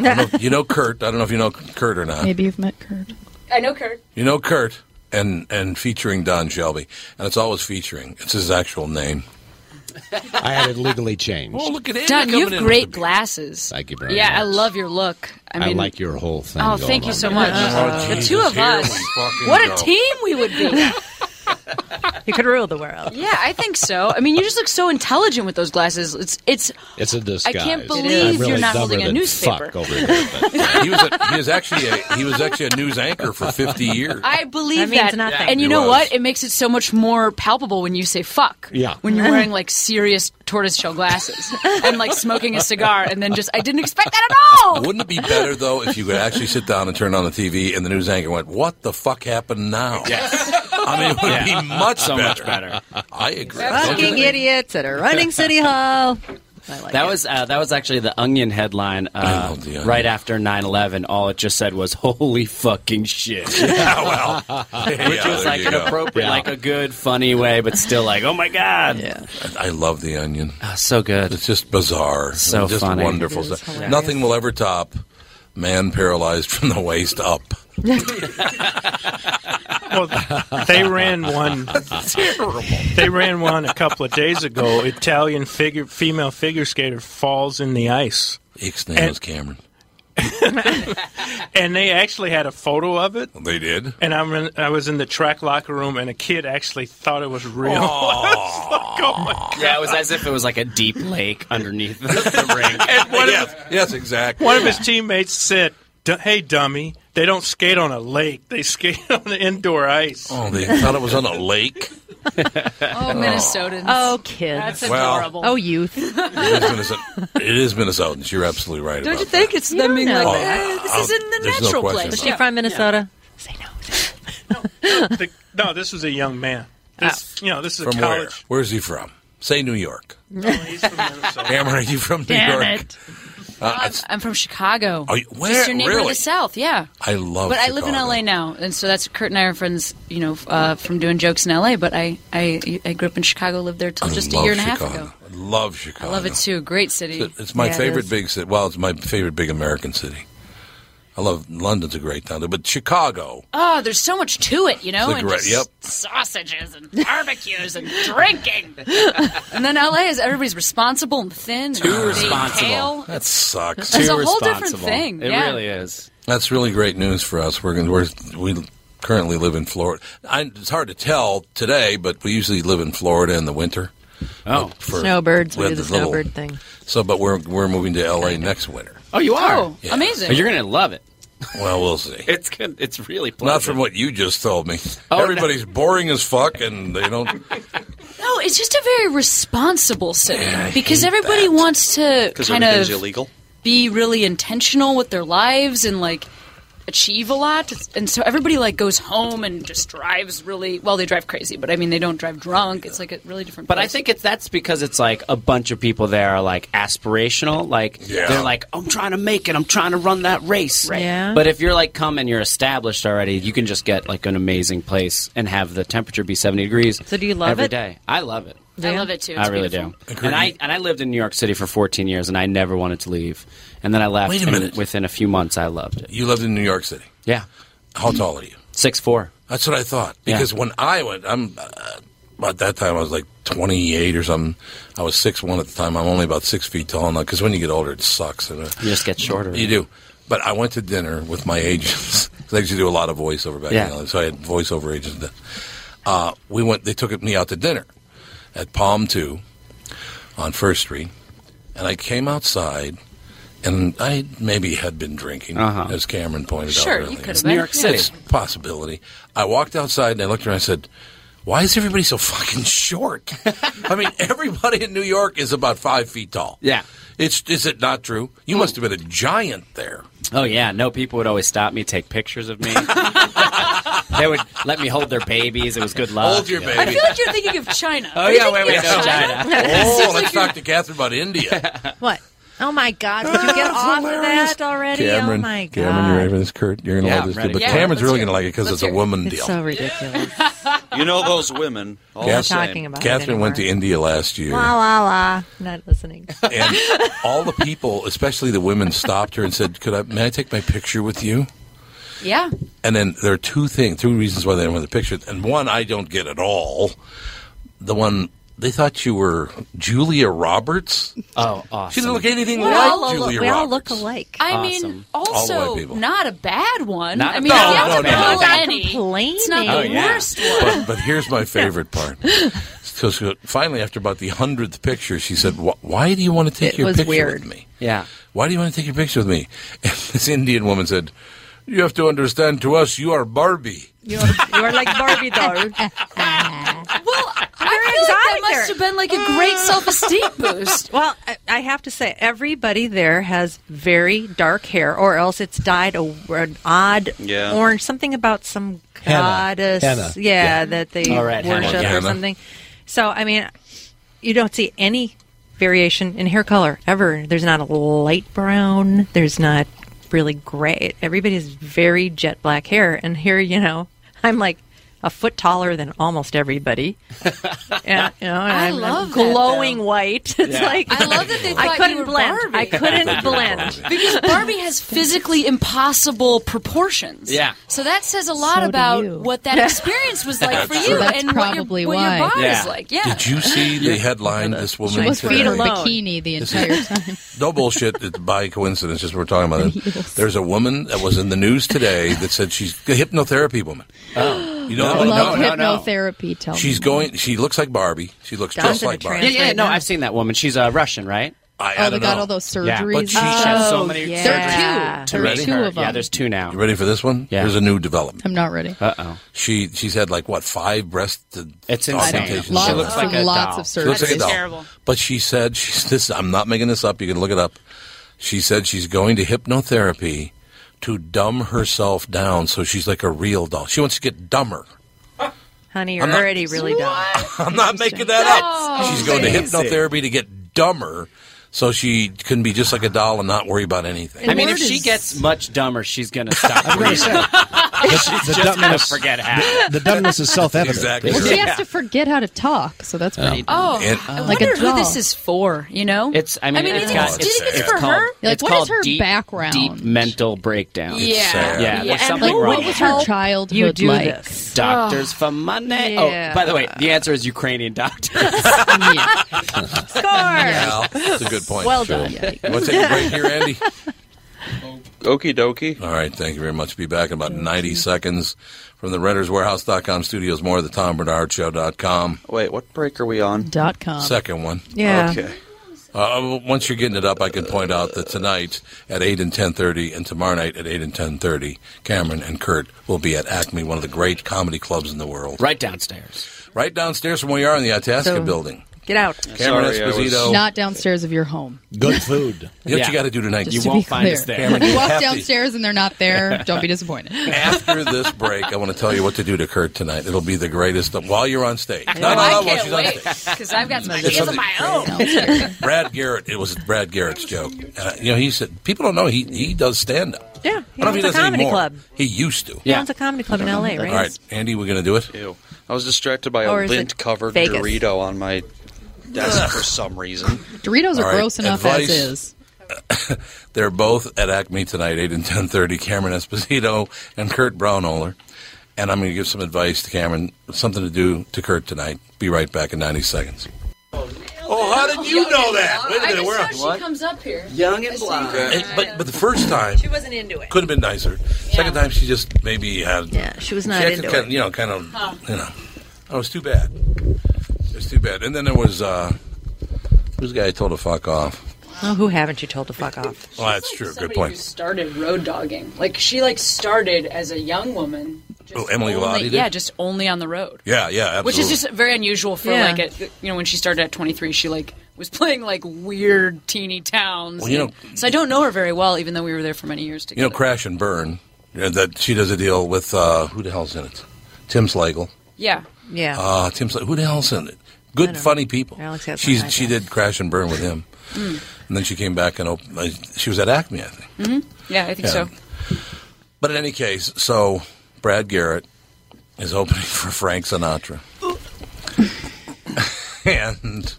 I don't know- you know Kurt. I don't know if you know Kurt or not.
Maybe you've met Kurt.
I know Kurt.
You know Kurt, and and featuring Don Shelby, and it's always featuring. It's his actual name.
I had it legally changed.
Oh, look at Andy
Don,
coming
you
in
have
with
great glasses.
Thank you very
Yeah,
much.
I love your look. I mean,
like your whole thing.
Oh,
going
thank you
on
so
there.
much.
Oh,
the
Jesus.
two of
Here
us.
we fucking
What
go.
a team we would be.
you could rule the world.
Yeah, I think so. I mean, you just look so intelligent with those glasses. It's it's
It's a disguise.
can't believe
I'm really
you're not
dumber
holding a
than
newspaper.
Fuck over there, but-
he was a, he was actually a, he was actually a news anchor for fifty years.
I believe
That means
that.
nothing.
And you
It
know
was.
what? It makes it so much more palpable when you say fuck.
Yeah.
When you're wearing like serious tortoiseshell glasses and like smoking a cigar and then just I didn't expect that at all.
Wouldn't it be better though if you could actually sit down and turn on the TV and the news anchor went, "What the fuck happened now?" I mean, it would
Yeah.
be much
So much
better. better. I agree. Don't you
Fucking
think?
idiots that are running City Hall.
that was uh, that was actually the Onion headline uh, right after 9/11. All it just said was "Holy fucking shit,"
Yeah, well, yeah,
which was
there
like
you
an
go.
appropriate,
Yeah.
like a good, funny way, but still like, "Oh my god!" Yeah.
I love the onion.
Ah, so good.
It's just bizarre.
So
just
funny.
wonderful.
It is
stuff.
hilarious.
Nothing will ever top man paralyzed from the waist up.
Well, they ran one.
Terrible.
They ran one a couple of days ago. Italian figure, female figure skater falls in the ice.
Its name was Cameron.
And they actually had a photo of it.
They did.
And I'm in, I was in the track locker room, and a kid actually thought it was real.
Oh Yeah, it was as if it was like a deep lake underneath the, the ring.
yes, yes, exactly.
One of his teammates said, "D- "Hey, dummy, they don't skate on a lake. They skate on the indoor ice."
Oh, they thought it was on a lake.
Oh, Minnesotans.
Oh, kids.
That's
Well-
adorable.
Oh, youth.
It is, Minnesota- it is Minnesotans. You're absolutely right
Don't
about
you
think it's them being
that.
know.
Oh,
like,
I-
this
I'll-
isn't the
there's no
natural
question
place.
Was
about
she
it.
from Minnesota?
The- no, this was a young man. This, you know, this is
From
a
where?
college.
Where's he from? Say New York. Cameron, are you from New
Damn
York?
it.
Uh, it's-
I'm from Chicago.
Are you- where?
Just your neighbor to
Really?
the south, yeah.
I love.
but I live in
Chicago.
LA now, and so that's Kurt and I are friends, you know, f- uh, from doing jokes in LA. But I, I, I grew up in Chicago, lived there till
I
just a
love
year and a half
Chicago.
ago.
I love Chicago.
I love it too. Great city.
It's it's my
Yeah, it
favorite
is.
big city. Well, it's my favorite big American city. I love London's a great town, but Chicago.
Oh, there's so much to it, you know,
It's a
and
great-
just
yep.
sausages and barbecues and drinking. and then LA is everybody's responsible and thin.
Too
and
responsible.
Pale.
That sucks.
It's a whole different thing.
It
yeah.
really is.
That's really great news for us. We're, gonna- we're we currently live in Florida. I, it's hard to tell today, but we usually live in Florida in the winter. Oh,
Snowbirds. We do the snowbird thing.
So, but we're we're moving to LA next winter.
Oh, you are
Oh, amazing.
You're gonna love it.
Well, we'll see.
It's good. It's really
Not
pleasant.
from what you just told me.
Oh, no.
Everybody's boring as fuck, and they don't.
No, it's just a very responsible city because everybody wants to
because
kind
everything's
of
illegal.
be really intentional with their lives and like achieve a lot and so everybody like goes home and just drives really well they drive crazy but i mean they don't drive drunk it's like a really different
But I
place.
think it's that's because it's like a bunch of people there are like aspirational, like they're like I'm trying to make it, I'm trying to run that race.
Right. Yeah.
But if you're like come and you're established already, you can just get like an amazing place and have the temperature be 70 degrees.
So do you love
every
it?
day? I love it.
i love it too
I really do. And I and I lived in New York City for 14 years and I never wanted to leave. And then I left.
Wait a
and
minute.
within a few months, I loved it.
You lived in New York City.
Yeah.
How tall are you?
Six four.
That's what I thought.
Yeah.
Because when I went, I'm uh, about that time I was like 28 or something. I was six one at the time. I'm only about six feet tall now. Because when you get older, it sucks. And, uh,
You just get shorter.
You do. But I went to dinner with my agents. 'Cause I used to do a lot of voiceover back
Yeah.
then, so I had voiceover agents. Then. Uh, we went. They took me out to dinner at Palm Two on First Street, and I came outside, and I maybe had been drinking, as Cameron pointed
Sure,
out.
you
earlier.
could have It's New been. York City.
It's a possibility. I walked outside and I looked around. and I said. Why is everybody so fucking short? I mean, everybody in New York is about five feet tall.
Yeah.
It's is it not true? You must have been a giant there.
Oh yeah, no people would always stop me, take pictures of me. they would let me hold their babies. It was good luck.
Hold your
Yeah.
I feel like you're thinking of china
Oh
Are you
yeah, wait,
thinking
wait,
of
no,
china?
China.
Oh, let's talk to Catherine about India.
What? Oh my God! Would you get off of that already? oh my God!
Cameron, you ready for this? Kurt, you're gonna
Yeah,
love
I'm
this too.
ready.
But
Yeah,
Cameron's
let's
really
hear it.
gonna like it because
Let's
it's a
hear it.
woman
It's
deal.
so ridiculous.
You know those women. All
Yeah.
the same.
talking about it
Catherine went to India last year,
La la la! Not listening.
and all the people, especially the women, stopped her and said, "Could I? May I take my picture with you?"
yeah
And then there are two things, two reasons why they don't want the picture. And one I don't get at all. The one they thought you were Julia Roberts.
Oh,
She doesn't look anything
We
like
all
Julia
we
Roberts.
all look alike.
I mean,
Awesome. All the
also
white people.
not a bad one.
Not
I
a
mean,
bad
if you
one.
have to
No, no, no.
pull
Not
any, it's not
Oh,
the
yeah.
worst one.
but, but here's my favorite part. So, so finally, after about the hundredth picture, she said, "Wh- "Why do you want to take
It
your
was
picture
weird.
with me?
Yeah,
why do you want to take your picture with me?" And this Indian woman said, "You have to understand. To us, you are Barbie."
You are like Barbie doll.
I feel like that
exotic
must
there.
have been like a great self-esteem boost.
Well, I, I have to say, everybody there has very dark hair, or else it's dyed a, an odd
Yeah.
orange. Something about some
Henna.
goddess,
Henna.
Yeah,
Yeah.
that they
All right, henna.
worship
Henna.
or something. So, I mean, you don't see any variation in hair color ever. There's not a light brown. There's not really gray. Everybody has very jet black hair, and here, you know, I'm like. A foot taller than almost everybody. Yeah, you know, and
I
I'm- I'm
love that, though.
glowing white. It's
Yeah.
like
I love that they thought
I
you
couldn't
were
blend.
Barbie.
I couldn't
They thought you were
blend.
Because Barbie has physically impossible proportions.
Yeah.
So that says a lot
So do
about
you.
what that experience was like for
That's
you
true. That's
and
probably
what your, what
why.
your body
Yeah.
is like. Yeah.
Did you see the headline? This woman
She was
today?
wearing a bikini the
This
entire
is-
time.
No bullshit. It's by coincidence, just we're talking about it. There's a woman that was in the news today that said she's a hypnotherapy woman. Oh, you know,
I
no,
love
no, no.
hypnotherapy. Tell
She's
me.
going. She looks like Barbie. She looks
Don's
just
in
like
a
Barbie.
trance
yeah, yeah. No, I've seen that woman. She's uh, Russian, right?
I,
Oh, they got all those
Yeah,
surgeries.
but she
and
has so
stuff.
many
Yeah.
surgeries.
There are two. There are two of them.
Yeah, there's two now.
You ready for this one? Yeah. There's a new development.
I'm not ready.
Uh oh.
She she's had like what five breast uh,
It's insane.
augmentations.
Lots She looks of- like a lots doll. of
She looks like a
surgeries.
doll.
Terrible.
But she said she's this. I'm not making this up. You can look it up. She said she's going to hypnotherapy to dumb herself down so she's like a real doll. She wants to get dumber.
Honey, you're
I'm not-
already really dumb.
I'm not making that up.
That's
she's going to
crazy.
hypnotherapy to get dumber so she can be just like a doll and not worry about anything.
I mean, if she gets much dumber, she's going to stop. I'm
gonna say,
she's
the
just going to
dumbness-
forget how.
the dumbness is self-evident.
Exactly.
Well, she has to forget how to talk, so that's pretty.
Oh,
dumb.
I
Like
wonder
a
who
doll.
this is for. You know,
It's. I mean,
I mean,
it's
it's-
got.
do you think it's for
called,
her? Like,
it's
what is
called
her
deep,
background?
Deep mental breakdown.
It's Yeah. sad.
Yeah.
Yeah.
There's
And
something
who
wrong.
would
with
help
her.
childhood
you do
like?
this?
Doctors for money.
Yeah.
Oh, by the way, the answer is Ukrainian doctors.
Score.
Yeah, that's a good point.
Well
Sure.
done.
We'll take a break here, Andy.
Okie dokie.
All right, thank you very much. Be back in about 90 seconds from the renterswarehouse.com studios. More of the Tom Bernard Show.com.
Wait, what break are we on?
Dot com.
Second one.
Yeah.
Okay.
Uh, once you're getting it up, I can point out that tonight at eight and ten thirty, and tomorrow night at eight and ten thirty, Cameron and Kurt will be at Acme, one of the great comedy clubs in the world,
right downstairs,
right downstairs from where we are in the Itasca
So-
building.
Get out.
Cameron Esposito.
Not downstairs of your home.
Good food. You know what
Yeah.
you got to do tonight?
Just to be clear. If
Cameron, you
you walk
have to-
downstairs and they're not there, don't be disappointed.
After this break, I want to tell you what to do to Kurt tonight. It'll be the greatest while you're on stage. No, no, no,
I
while
can't
Oh, she's on
wait because I've got some
It's
ideas of
something-
my own.
Brad Garrett. It was Brad Garrett's joke. Uh, you know, he said people don't know he he does stand up.
Yeah, he
I don't know if
owns
he
a
does
comedy
anymore.
club.
He used to.
He owns a comedy club in L.A., right?
All right, Andy, we're gonna do it.
I was distracted by
Or
a
is it
lint covered
Vegas?
Dorito on my desk for some reason.
Doritos are
All right,
gross enough
advice.
as is.
They're both at Acme tonight, eight and ten thirty. Cameron Esposito and Kurt Brownoller. And I'm going to give some advice to Cameron, something to do to Kurt tonight. Be right back in 90 seconds.
Oh, how did you know that? Wait a minute, where
I just saw she comes up here.
Young and
I see.
blonde.
Okay. But but the first time
She wasn't into it.
could have been nicer. Second time she just maybe had
yeah she was not
acted
into
kind,
it.
you know kind of
Huh.
you know oh it's too bad it's too bad. And then there was uh who's the guy I told to fuck off?
Oh, who haven't you told to fuck off?
Well, that's true. Good
Somebody who
point.
started road dogging. Like she like started as a young woman.
Oh, Emily
Only-
Galati did.
yeah, just only on the road.
yeah, yeah, absolutely.
Which is just very unusual for
Yeah.
like a, you know when she started at 23 she like was playing like weird teeny towns.
Well, you
and-
know-
so I don't know her very well even though we were there for many years together.
you know crash and burn you know, that she does a deal with uh who the hell's in it? Tim Slagle.
Yeah.
Yeah.
Uh Tim Slagle. Who the hell's in it? Good funny people.
Alex has
She's
one
she did crash and burn with him.
Mm.
And then she came back and opened, uh, she was at Acme, I think.
hmm Yeah, I think
Yeah.
so.
But in any case, so Brad Garrett is opening for Frank Sinatra. and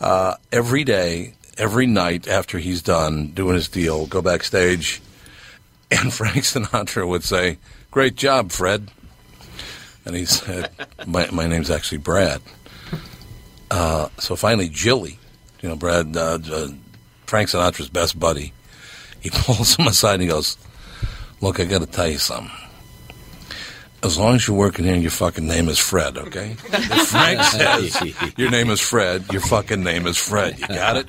uh, every day, every night after he's done doing his deal, go backstage, and Frank Sinatra would say, Great job, Fred. And he said, My, my name's actually Brad. Uh, so finally, Jilly, you know, Brad, uh, uh, Frank Sinatra's best buddy, he pulls him aside and he goes, Look, I got to tell you something. As long as you're working here and your fucking name is Fred, okay? If Frank says your name is Fred, your fucking name is Fred. You got it?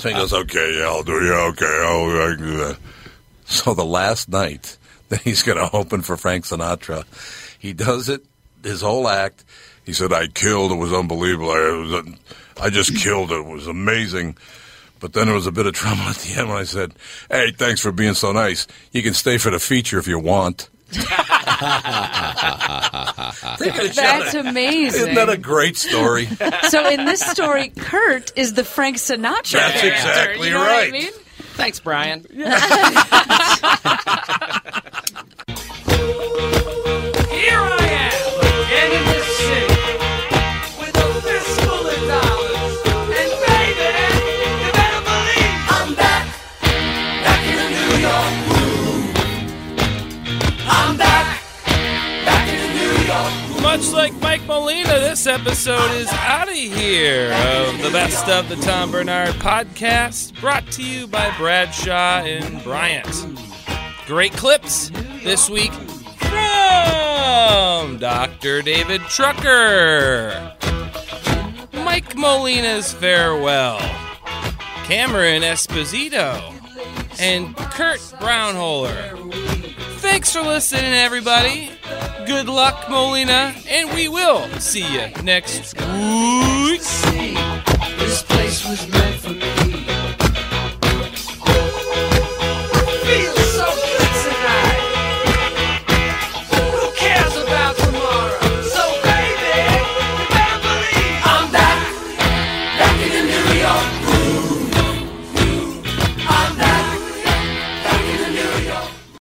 So he goes, okay, yeah, I'll do it. Yeah, okay, I'll, I can do that. So the last night that he's going to open for Frank Sinatra, he does it, his whole act. He said, I killed. It was unbelievable. I, it was I just killed it. It was amazing. But then there was a bit of trouble at the end when I said, Hey, thanks for being so nice. You can stay for the feature if you want.
That's amazing.
Isn't that a great story?
so in this story, Kurt is the Frank Sinatra.
That's
character,
exactly
you know What I
right.
mean?
Thanks, Brian.
Here I am, again in this city, with a fistful of dollars. And baby, you better believe I'm back, back in the New York groove. I'm back, back in the New York
Much like Mike Molina, this episode is out of here of the best of the Tom Bernard podcast, brought to you by Bradshaw and Bryant. Great clips this week from Dr. David Trucker, Mike Molina's farewell, Cameron Esposito, and Kurt Brownholer. Thanks for listening, everybody. Good luck, Molina, and we will see you next week.
This place was made